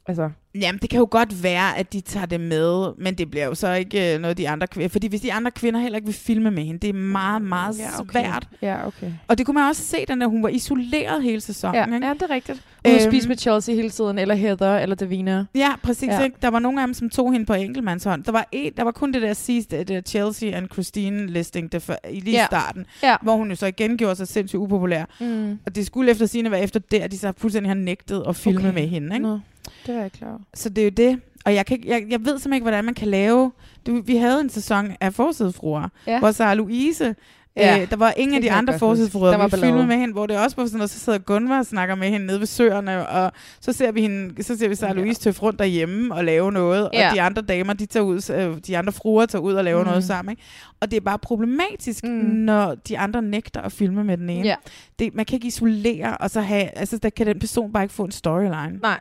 altså,
Jamen, det kan jo godt være, at de tager det med, men det bliver jo så ikke øh, noget, de andre kvinder... Fordi hvis de andre kvinder heller ikke vil filme med hende, det er meget, meget ja, okay. svært.
Ja, okay.
Og det kunne man også se, da når hun var isoleret hele sæsonen.
Ja,
ikke?
ja, det er rigtigt. Hun øhm,
Øhm.
spise med Chelsea hele tiden, eller Heather, eller Davina.
Ja, præcis.
Ja.
Ja. Ikke? Der var nogle af dem, som tog hende på enkeltmandshånd. Der var, en, der var kun det der sidste, det der Chelsea and Christine listing det for, i lige
Ja.
ja. starten,
Ja.
hvor hun jo så igen gjorde sig sindssygt upopulær.
Mm.
Og det skulle efter sine være efter der, de så fuldstændig har nægtet at filme
Okay.
okay. med hende. Ikke?
Nå, det var jeg klar over.
Så det er jo det. Og jeg, kan ikke, jeg, jeg ved simpelthen ikke, hvordan man kan lave... Du, vi havde en sæson af forsidefruer,
Ja.
ja. hvor Sarah Louise...
Ja,
Ja, øh, der var ingen
det
af de
kan jeg
andre
godt huske. Der var
forsidefruer, vi
ballade.
filmede med hende, hvor det også var sådan noget, så sidder Gunvar og snakker med hende nede ved søerne, og så ser vi, hende, så ser vi Sarah
Ja.
Louise tøffe rundt derhjemme og lave noget,
Ja.
og de andre damer, de, tager ud, øh, de andre fruer tager ud og laver
Mm.
mm. noget sammen. Ikke? Og det er bare problematisk, mm.
Mm.
når de andre nægter at filme med den ene.
Ja.
Det, man kan ikke isolere, og så have, altså, der kan den person bare ikke få en storyline.
Nej.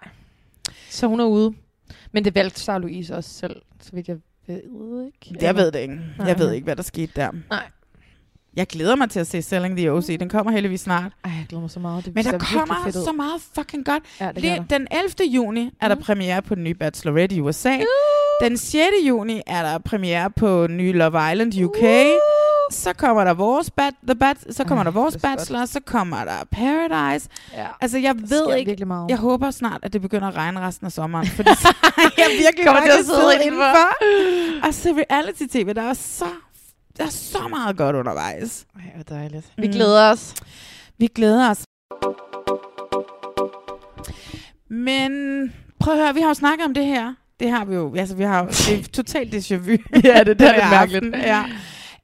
Så hun er ude. Men det valgte Sarah Louise også selv, så vidt jeg ved ikke.
Jeg ved det ikke.
Nej,
Jeg ved
okay.
ikke, hvad der skete der.
Nej. Mm.
Jeg glæder mig til at se Selling the OC. Den kommer heldigvis snart.
Ej, jeg glæder mig så meget. Det
Men
ser
der
virkelig
kommer
fedt ud.
så meget fucking godt.
Ja, det gør Mm.
Lige, den 11. juni er der premiere på den nye Bachelorette i USA. Den 6. juni er der premiere på den nye Love Island UK. så kommer der vores bat, the bat, så kommer der vores bachelor, så kommer der Paradise.
Ja.
Altså, jeg
sker
ved ikke,
virkelig meget.
jeg håber snart, at det begynder at regne resten af sommeren, fordi så har jeg virkelig
Kommer til at
bare
sidde
sidde
indenfor.
indenfor. Og så reality-tv, der er så, der er så meget godt undervejs.
Ej, hvor dejligt. Mm. Vi glæder os.
Vi glæder os. Men prøv at høre, vi har jo snakket om det her. Det har vi jo. Altså, vi har jo, det er totalt déjà vu.
Ja, det er
Den
lidt
her
mærkeligt.
aften, Ja.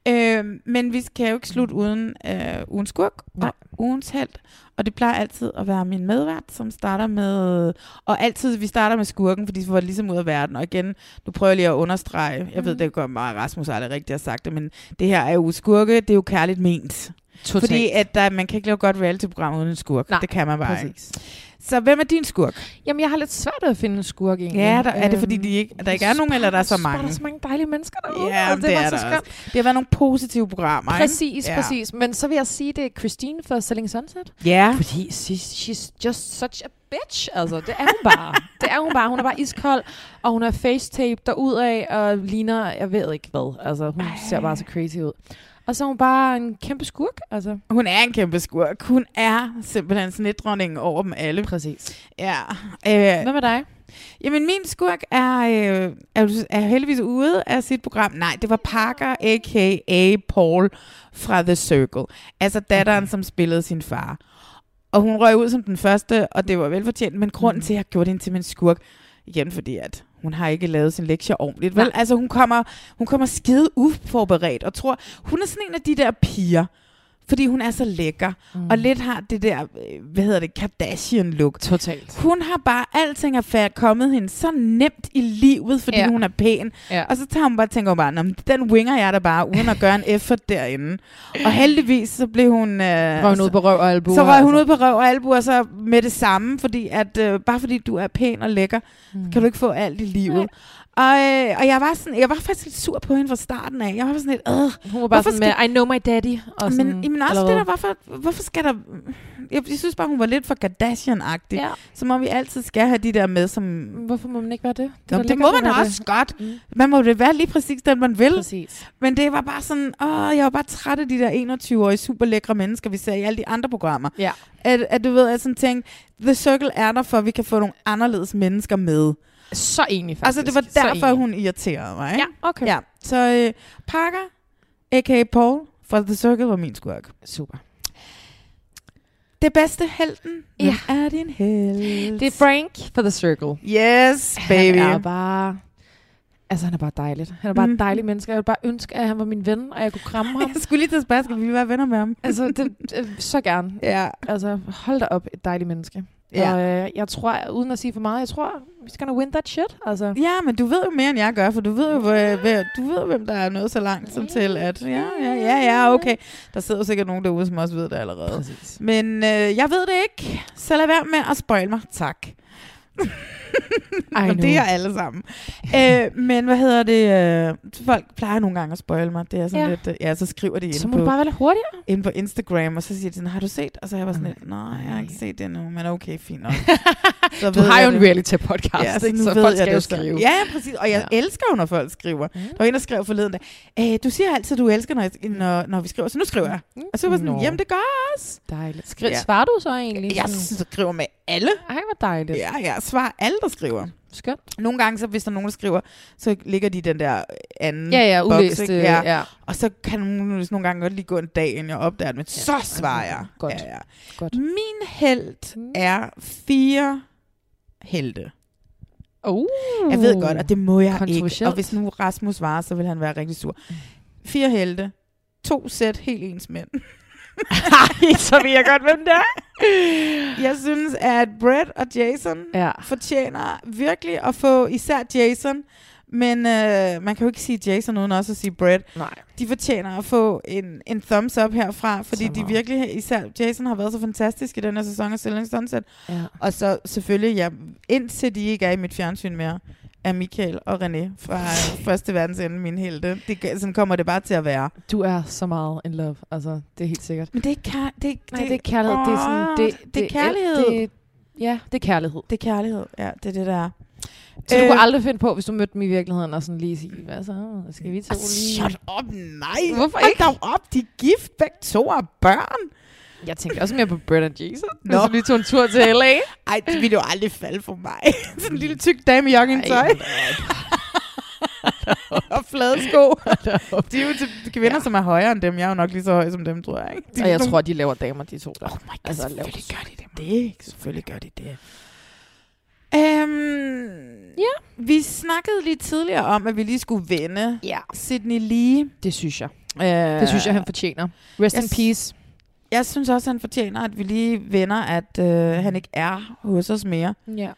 Øhm, men vi kan jo ikke slutte uden øh, ugens skurk og ugens held. Og det plejer altid at være min medvært, som starter med... Og altid, vi starter med skurken, fordi så var det ligesom ud af verden. Og igen, nu prøver jeg lige at understrege. Jeg ved,
Mm.
det går meget, Rasmus aldrig rigtig har sagt det, men det her er jo skurke, det er jo kærligt ment.
Totalt.
Fordi øh, at der, man kan ikke lave et godt reality-program uden en skurk.
Nej,
det kan man bare ikke.
præcis.
Så hvem er din skurk?
Jamen, jeg har lidt svært ved at finde en skurk egentlig.
Ja, der, er det
Øhm,
fordi, de ikke, der ikke er
jeg
nogen,
synes
eller der er så
bare- jeg synes bare,
mange?
Der er så mange dejlige mennesker derude.
Ja,
altså,
det, det
var
er
så
der
skønt.
også. Det har været nogle positive programmer, ikke?
Præcis,
Ja.
præcis. Men så vil jeg sige, det er Christine for Selling Sunset.
Ja.
Fordi she's, she's just such a bitch. Altså, det er hun bare. det er hun bare. Hun er bare iskold, og hun er facetape derudad, og ligner, jeg ved ikke hvad. Altså, hun Ej. ser bare så crazy ud. Og så er hun bare en kæmpe skurk, altså.
Hun er en kæmpe skurk. Hun er simpelthen snedronningen over dem alle.
Præcis.
Ja. Øh,
Hvad med dig?
Jamen, min skurk er, øh, er, jo- er heldigvis ude af sit program. Nej, det var Parker, a.k.a. Paul fra The Circle. Altså datteren, som spillede sin far. Og hun røg ud som den første, og det var velfortjent. Men grunden til, at jeg gjorde hende til min skurk, igen fordi, at hun har ikke lavet sin lektie ordentligt. Vel? Altså, hun kommer, hun kommer skide uforberedt og tror, hun er sådan en af de der piger, fordi hun er så lækker, mm. og lidt har det der, øh, hvad hedder det, Kardashian-look.
Totalt.
Hun har bare, alting er færd, kommet hende så nemt i livet, fordi
Ja.
ja. hun er pæn.
Ja.
Og så tager hun bare, tænker hun bare, "Nå, men den winger jeg da bare, uden at gøre en effort derinde. Og heldigvis, så blev hun... Øh,
Røg hun ud på røv og albuer,
Så røg hun
altså.
ud på røv og albu, og så med det samme, fordi at, øh, bare fordi du er pæn og lækker, mm. kan du ikke få alt i livet. Og, øh, og jeg, var sådan, jeg var faktisk lidt sur på hende fra starten af. Jeg var sådan lidt, øh,
Hun var bare sådan med, I know my daddy. Og sådan,
men, men også det
eller
der,
hvad?
hvorfor, hvorfor skal der... Jeg, jeg synes bare, hun var lidt for Kardashian-agtig.
Ja.
Som om vi altid skal have de der med, som...
Hvorfor Mm. må man ikke være det? Det,
Nå, men
er da
det
lækkert,
må
hun
man
er
da
det. Mm.
også godt. Man må det være lige præcis den, man vil.
Præcis.
Men det var bare sådan, åh, jeg var bare træt af de der 21-årige super lækre mennesker, vi ser i alle de andre programmer.
Ja.
At, at du ved, at sådan tænkte, The Circle er der for, at vi kan få nogle anderledes mennesker med.
Så enig faktisk.
Altså, det var
Så
derfor,
enig.
hun irriterede mig. Ikke?
Ja, okay.
Ja. Så øh, Parker, a.k.a. Paul, fra The Circle var min skurk.
Super.
Det bedste helten. Ja. Er din held?
Det er Frank for The Circle.
Yes, baby. Mhm.
Han er bare... Altså, han er bare dejligt. Han er bare mm. et dejligt menneske. Jeg ville bare ønske, at han var min ven, og jeg kunne kramme ham.
Jeg skulle lige til at spørge, skal vi være venner med ham?
altså, det, øh, så gerne.
Ja.
Altså, hold da op, et dejligt menneske.
Ja.
Og øh, jeg tror, uden at sige for meget, jeg tror, vi skal win that shit. Altså.
Ja, men du ved jo mere, end jeg gør, for du ved jo, hvor- hvor- du ved, jo, hvem der er nået så langt som til, at ja, ja, ja, ja, okay. Der sidder jo sikkert nogen derude, som også ved det allerede.
Præcis.
Men øh, jeg ved det ikke, så lad være med at spoil mig. Tak.
Ej,
Og
nu.
det er alle sammen. Æ, men hvad hedder det? Øh, folk plejer nogle gange at spoil mig. Det er sådan ja.
Ja.
lidt... øh, Ja, så skriver de ind
Så må
på,
du bare være lidt hurtigere.
inde på Instagram, og så siger de sådan, har du set? Og så er jeg bare sådan lidt, nej, jeg har ikke set det endnu, men okay, fint nok. så
Du har jo en reality-podcast,
podcast,
ikke? Så folk skal jo skrive.
Ja, præcis. Og jeg ja. elsker jo, når folk skriver. Mm. Der var en, der skrev forleden dag, "Øh, du siger altid, du elsker, når, jeg, når, når vi skriver. Så nu skriver jeg. Og så var jeg sådan,
Nå.
jamen det gør jeg også.
Dejligt. Skri-
Ja.
Svarer du så egentlig?
Jeg skriver med alle.
Ej, hvor dejligt.
Ja, jeg svarer alle, der skriver.
Skønt.
Nogle gange, så hvis der er nogen, der skriver, så ligger de i den der øh, anden
Ja, ja,
boks,
ulæste,
ikke?
ja.
Og så kan nogen nogle gange godt lige gå en dag, inden jeg opdager det, men ja, så svarer jeg. Godt. Ja, ja.
godt.
Min held er fire helte.
Oh.
Jeg ved godt, og det må jeg ikke.
Kontroversielt.
Og hvis nu Rasmus var, så vil han være rigtig sur. Fire helte. To sæt helt ens mænd. Nej,
så vil jeg godt, hvem det er.
Jeg synes, at Brett og Jason
ja.
fortjener virkelig at få især Jason, men øh, man kan jo ikke sige Jason uden også at sige Brett.
Nej.
De fortjener at få en, en thumbs up herfra, fordi
Så
de
meget.
virkelig, især Jason har været så fantastisk i den her sæson af Selling Sunset.
Ja.
Og så selvfølgelig, ja, indtil de ikke er i mit fjernsyn mere, er Michael og René fra Første Verdens Ende min helte. Det, gør- sådan kommer det bare til at være.
Du er så meget in love, altså det er helt sikkert.
Men det er ikke kær- det, er-
Nej, det er kærlighed. Det er sådan,
Åh,
det,
det er kærlighed.
Det, ja, det er kærlighed.
Det er kærlighed, ja, det er det, der er.
Så du
Øh,
kunne aldrig finde på, hvis du mødte dem i virkeligheden, og sådan lige sige, hvad så, skal vi to lige...
ah, Shut up, nej.
Hvorfor
Hold
ikke?
dog op, de er gift, begge to har børn.
Jeg tænkte også mere på Brett and Jason. Nå. Hvis vi tog en tur til LA.
Ej, det ville jo aldrig falde for mig. Sådan en lille tyk dame i joggingtøj. og flade sko. De er jo til kvinder, ja. som er højere end dem. Jeg er jo nok lige så høj som dem, tror jeg. Ikke?
Og jeg tror, de laver damer, de to der. Oh my God,
altså, selvfølgelig gør de det. Det, selvfølgelig gør de det. Øhm, ja. Vi snakkede lige tidligere om, at vi lige skulle vende
ja.
Sydney Lee.
Det synes jeg.
Øh,
Det synes jeg, han fortjener. Rest in peace.
Jeg synes også, han fortjener, at vi lige vender, at øh, han ikke er hos os mere.
Ja.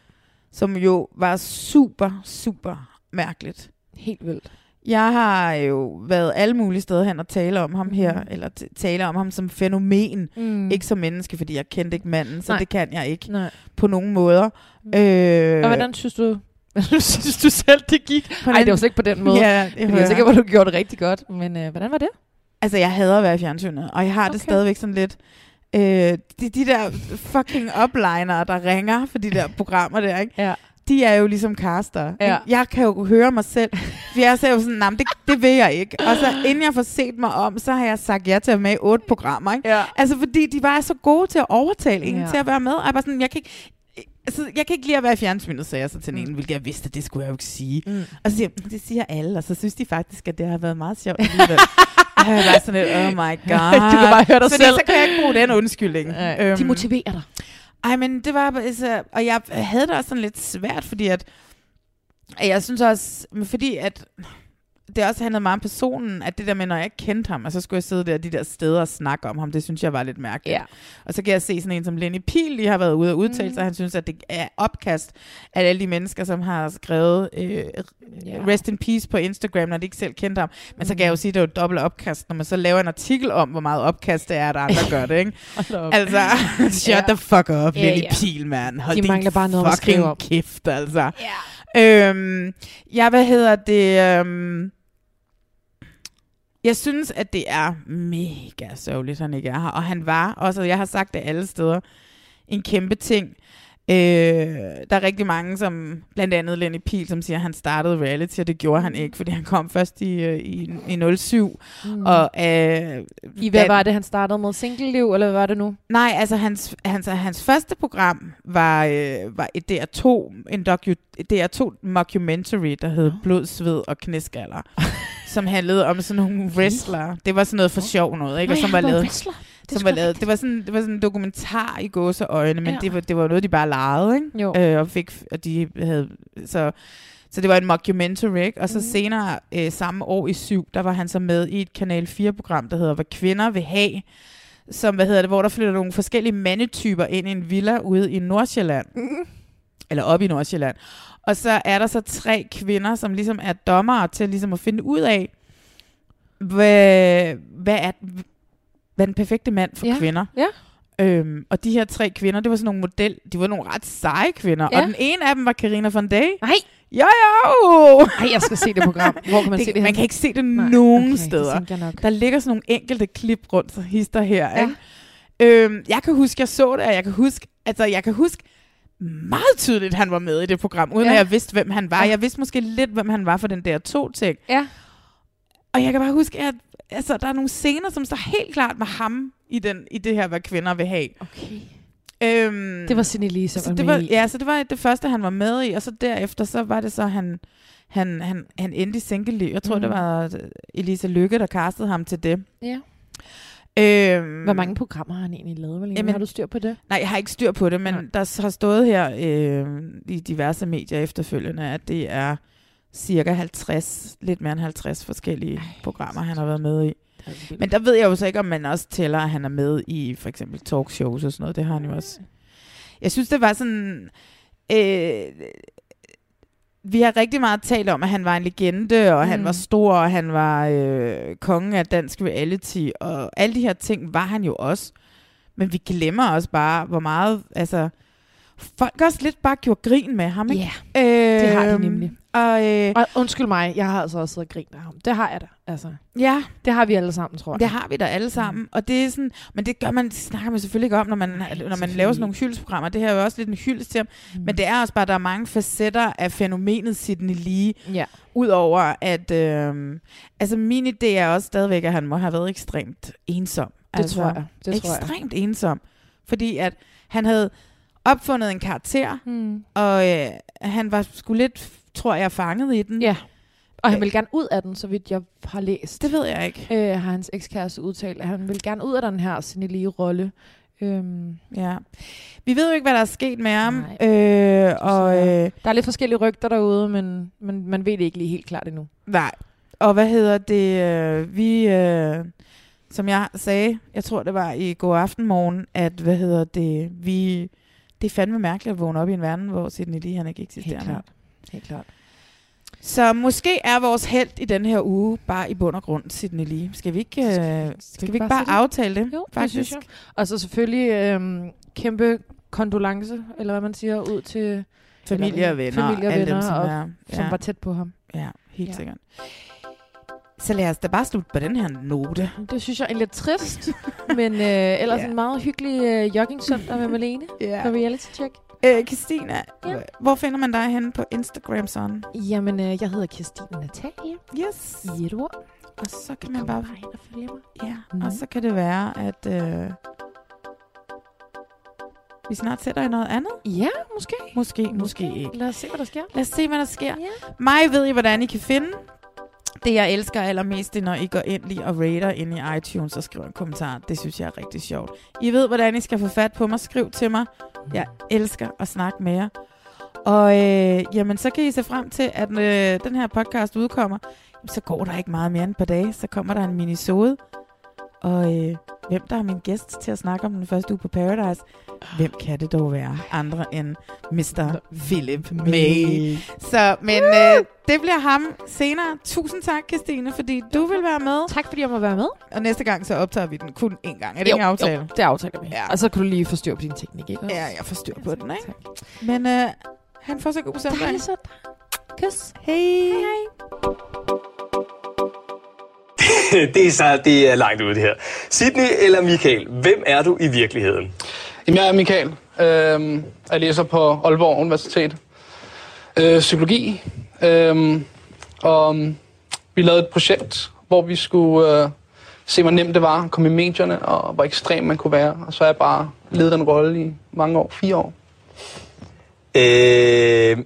Som jo var super, super mærkeligt.
Helt vildt.
Jeg har jo været alle mulige steder hen og tale om ham her, eller t- tale om ham som fænomen,
Mm.
ikke som menneske, fordi jeg kendte ikke manden, så
Nej.
det kan jeg ikke
Nej.
på nogen måder.
Øh. Og hvordan synes du, hvordan synes du selv, det gik?
Hvordan-
Nej, det var slet ikke på den måde.
Ja, det
Fordi jeg
hører
er sikker,
jeg.
hvor du gjorde det rigtig godt. Men øh, hvordan var det?
Altså, jeg hader at være i fjernsynet, og jeg har okay. det stadigvæk sådan lidt... Øh, de, de der fucking uplinere, der ringer for de der programmer der, ikke?
Ja.
de er jo ligesom caster.
Ja.
ikke? Jeg kan jo høre mig selv, for jeg ser jo sådan, nej, det, det vil jeg ikke. Og så inden jeg får set mig om, så har jeg sagt ja til at være med i otte programmer. Ikke?
Ja.
Altså, fordi de bare er så gode til at overtale en
Ja.
ja. til at være med. Og jeg, er bare sådan, jeg kan ikke... Altså, jeg kan ikke lide at være i fjernsynet, sagde jeg så til den ene, hvilket jeg vidste, at det skulle jeg jo ikke sige.
Mm.
Og så siger jeg, det siger alle, og så synes de faktisk, at det har været meget sjovt alligevel. Og jeg var sådan lidt, oh my god.
Du kan bare høre dig
Fordi
selv.
så kan jeg ikke bruge den undskyldning. Øhm,
Nej, de motiverer dig.
Ej, men det var, altså, og jeg havde det også sådan lidt svært, fordi at, at jeg synes også, men fordi at, det også handlede meget om personen, at det der med, når jeg ikke kendte ham, og så skulle jeg sidde der de der steder og snakke om ham, det synes jeg var lidt mærkeligt.
Ja.
Og så kan jeg se sådan en som Lenny Pihl, lige har været ude og udtale mm. sig, han synes, at det er opkast af alle de mennesker, som har skrevet øh,
Ja.
rest in peace på Instagram, når de ikke selv kendte ham. Men så kan
Mm.
jeg jo sige, at det er jo et dobbelt opkast, når man så laver en artikel om, hvor meget opkast det er, at andre gør det, ikke?
Hold da op.
altså, shut
Ja.
the fuck up,
Ja,
yeah, Lenny
ja.
yeah. Pihl, mand. Hold
De
din
mangler bare noget at
fucking
skrive om.
kæft, altså. Yeah. Øhm, jeg, hvad hedder det... Øhm, jeg synes, at det er mega sørgeligt, han ikke er her. Og han var også, og jeg har sagt det alle steder, en kæmpe ting. Øh, der er rigtig mange, som blandt andet Lenny Pihl, som siger, at han startede reality, og det gjorde han ikke, fordi han kom først i, øh, i, i 07.
Mm.
Mm. Og, øh,
I hvad var det, han startede med? Single-liv, eller hvad var det nu?
Nej, altså hans, hans, hans første program var, øh, var et DR2, en docu, et DR2 mockumentary, der hed Blod, Sved og Knæskaller, som handlede om sådan nogle wrestlere. Det var sådan noget for sjov noget, ikke? Og
Nå ja,
som var
han var
lavet,
wrestler. Det er
som
sgu
var lavet, det, var sådan, det var sådan en dokumentar i gåseøjne, men
Ja.
ja. det, var, det var noget, de bare legede, ikke?
Jo.
Øh, og, fik, og de havde... Så, så det var en mockumentary, ikke? Og
Mhm.
så mm. senere øh, samme år i syv, der var han så med i et Kanal 4-program, der hedder Hvad kvinder vil have, som, hvad hedder det, hvor der flytter nogle forskellige mandetyper ind i en villa ude i Nordsjælland.
Mhm.
Mm. Eller op i Nordsjælland. Og så er der så tre kvinder, som ligesom er dommere til ligesom at finde ud af, hvad, hvad, er, hvad er den perfekte mand for
Ja,
kvinder.
ja.
Øhm, og de her tre kvinder, det var sådan nogle model, de var nogle ret seje kvinder.
Ja.
Og den ene af dem var Karina von Day.
Nej.
Jo, jo!
Nej, jeg skal se det program. Hvor kan man
det,
se det
Man
henne?
kan ikke se det
Nej,
nogen
okay, det
steder.
tænkte jeg nok.
Der ligger sådan nogle enkelte klip rundt, så hister her. Ja. Ikke? Øhm, jeg kan huske, jeg så det, og jeg kan huske, altså, jeg kan huske meget tydeligt, han var med i det program, uden
Ja.
ja. at jeg vidste, hvem han var.
Ja.
Jeg vidste måske lidt, hvem han var for den der to ting.
Ja.
Og jeg kan bare huske, at altså, der er nogle scener, som står helt klart med ham i, den, i det her, hvad kvinder vil have.
Okay.
Øhm,
Det var Sidney Lee, som
så
var
det
med
var,
i.
Ja, så det var det første, han var med i, og så derefter, så var det så, han, han, han, han endte i sænkeliv. Jeg tror,
Mm.
mm. det var Elisa Lykke, der kastede ham til det.
Ja.
Øhm,
Hvor mange programmer har han egentlig lavet? Malene?
Jamen-
har du styr på det?
Nej, jeg har ikke styr på det, men
Nej.
Nej. der s- har stået her øh, i diverse medier efterfølgende, at det er cirka 50, lidt mere end 50 forskellige Ej, programmer, han har været med i. Men der ved jeg jo så ikke, om man også tæller, at han er med i for eksempel talkshows og sådan noget. Det har han jo også. Jeg synes, det var sådan... Øh, vi har rigtig meget talt om, at han var en legende, og mm. han
Mm.
var stor, og han var øh, kongen af dansk reality, og alle de her ting var han jo også. Men vi glemmer også bare, hvor meget... Altså, folk også lidt bare gjorde grin med ham, ikke?
Ja, det har de
Øhm,
nemlig.
Og, øh,
og undskyld mig, jeg har altså også siddet og grinet af ham. Det har jeg da, altså.
Ja.
Det har vi alle sammen, tror jeg.
Det har vi da alle sammen. Og det er sådan, men det gør man, det snakker man selvfølgelig ikke om, når man, når man laver sådan nogle hyldesprogrammer. Det her er jo også lidt en hyldest til ham. Mm. Men det er også bare, at der er mange facetter af fænomenet Sidney Lee.
Ja.
Udover at, øh, altså min idé er også stadigvæk, at han må have været ekstremt ensom.
Det
altså,
tror jeg. Det tror jeg.
ekstremt ensom. Fordi at han havde opfundet en karakter,
Mm.
og øh, han var sgu lidt, tror jeg, fanget i den.
Ja. Og han vil gerne ud af den, så vidt jeg har læst.
Det ved jeg ikke.
Øh, har hans ekskæreste udtalt, at han vil gerne ud af den her senilige rolle. Øhm,
Ja. Vi ved jo ikke, hvad der er sket med ham. Øh, og, øh,
der er lidt forskellige rygter derude, men, men man ved det ikke lige helt klart endnu.
Nej. Og hvad hedder det? øh, Vi, øh, som jeg sagde, jeg tror det var i går aftenmorgen, at hvad hedder det? Vi, det er fandme mærkeligt at vågne op i en verden, hvor Sidney Lee han ikke eksisterer.
Helt klart. Helt klart.
Så måske er vores held i den her uge bare i bund og grund Sidney Lee. Skal vi ikke, øh, skal, vi ikke bare,
sætte det?
aftale det?
Jo, faktisk. det synes jeg. Og så selvfølgelig øhm, kæmpe kondolence, eller hvad man siger, ud til
Familie
eller-
og venner,
familie og
alle dem,
venner
som
og,
er-
som
ja.
var tæt på ham.
Ja, helt
Ja.
sikkert. Så lad os da bare slutte på den her note.
Det synes jeg er lidt trist, men øh, ellers
Ja.
ja. en meget hyggelig øh, jogging-søndag med Malene
Ja.
på reality-check.
Øh, Christina,
Ja.
hvor finder man dig henne på Instagram sådan?
Jamen, øh, jeg hedder Christine Natalie.
Yes.
I et ord.
Og så kan man bare...
ind og følge mig.
Ja, mm.
Mhm.
og så kan det være, at øh, vi snart sætter i noget andet.
Ja, måske.
Måske, måske, måske ikke.
Lad os se, hvad der sker.
Lad os se, hvad der sker. Mig ved I, hvordan I kan finde. Det, jeg elsker allermest, det er, når I går ind lige og rater ind i iTunes og skriver en kommentar. Det synes jeg er rigtig sjovt. I ved, hvordan I skal få fat på mig. Skriv til mig. Jeg elsker at snakke med jer. Og øh, jamen, så kan I se frem til, at øh, den her podcast udkommer. Jamen, så går der ikke meget mere end et par dage. Så kommer der en minisode. Og øh, hvem der er min gæst til at snakke om den første uge på Paradise, hvem kan det dog være andre end Mr. Philip May? Så, men øh, det bliver ham senere. Tusind tak, Christine, fordi du vil være med.
Tak, fordi jeg må være med.
Og næste gang, så optager vi den kun én gang. Er det
Jo,
ikke en aftale?
jo, det aftaler vi.
Ja.
Og så kan du lige få styr på din teknik, ikke?
Ja, jeg får styr på den, ikke? Men øh, han får så god søndag.
Dejlig søndag. Kys.
Hej. Hej.
det, er så, det er langt ude det her. Sydney eller Michael, hvem er du i virkeligheden?
Jamen, jeg er Michael. Øhm, jeg læser på Aalborg Universitet. Øh, psykologi. Øhm, og mm, vi lavede et projekt, hvor vi skulle øh, se, hvor nemt det var at komme i medierne, og hvor ekstrem man kunne være. Og så har jeg bare ledet den rolle i mange år. Fire år.
Øh,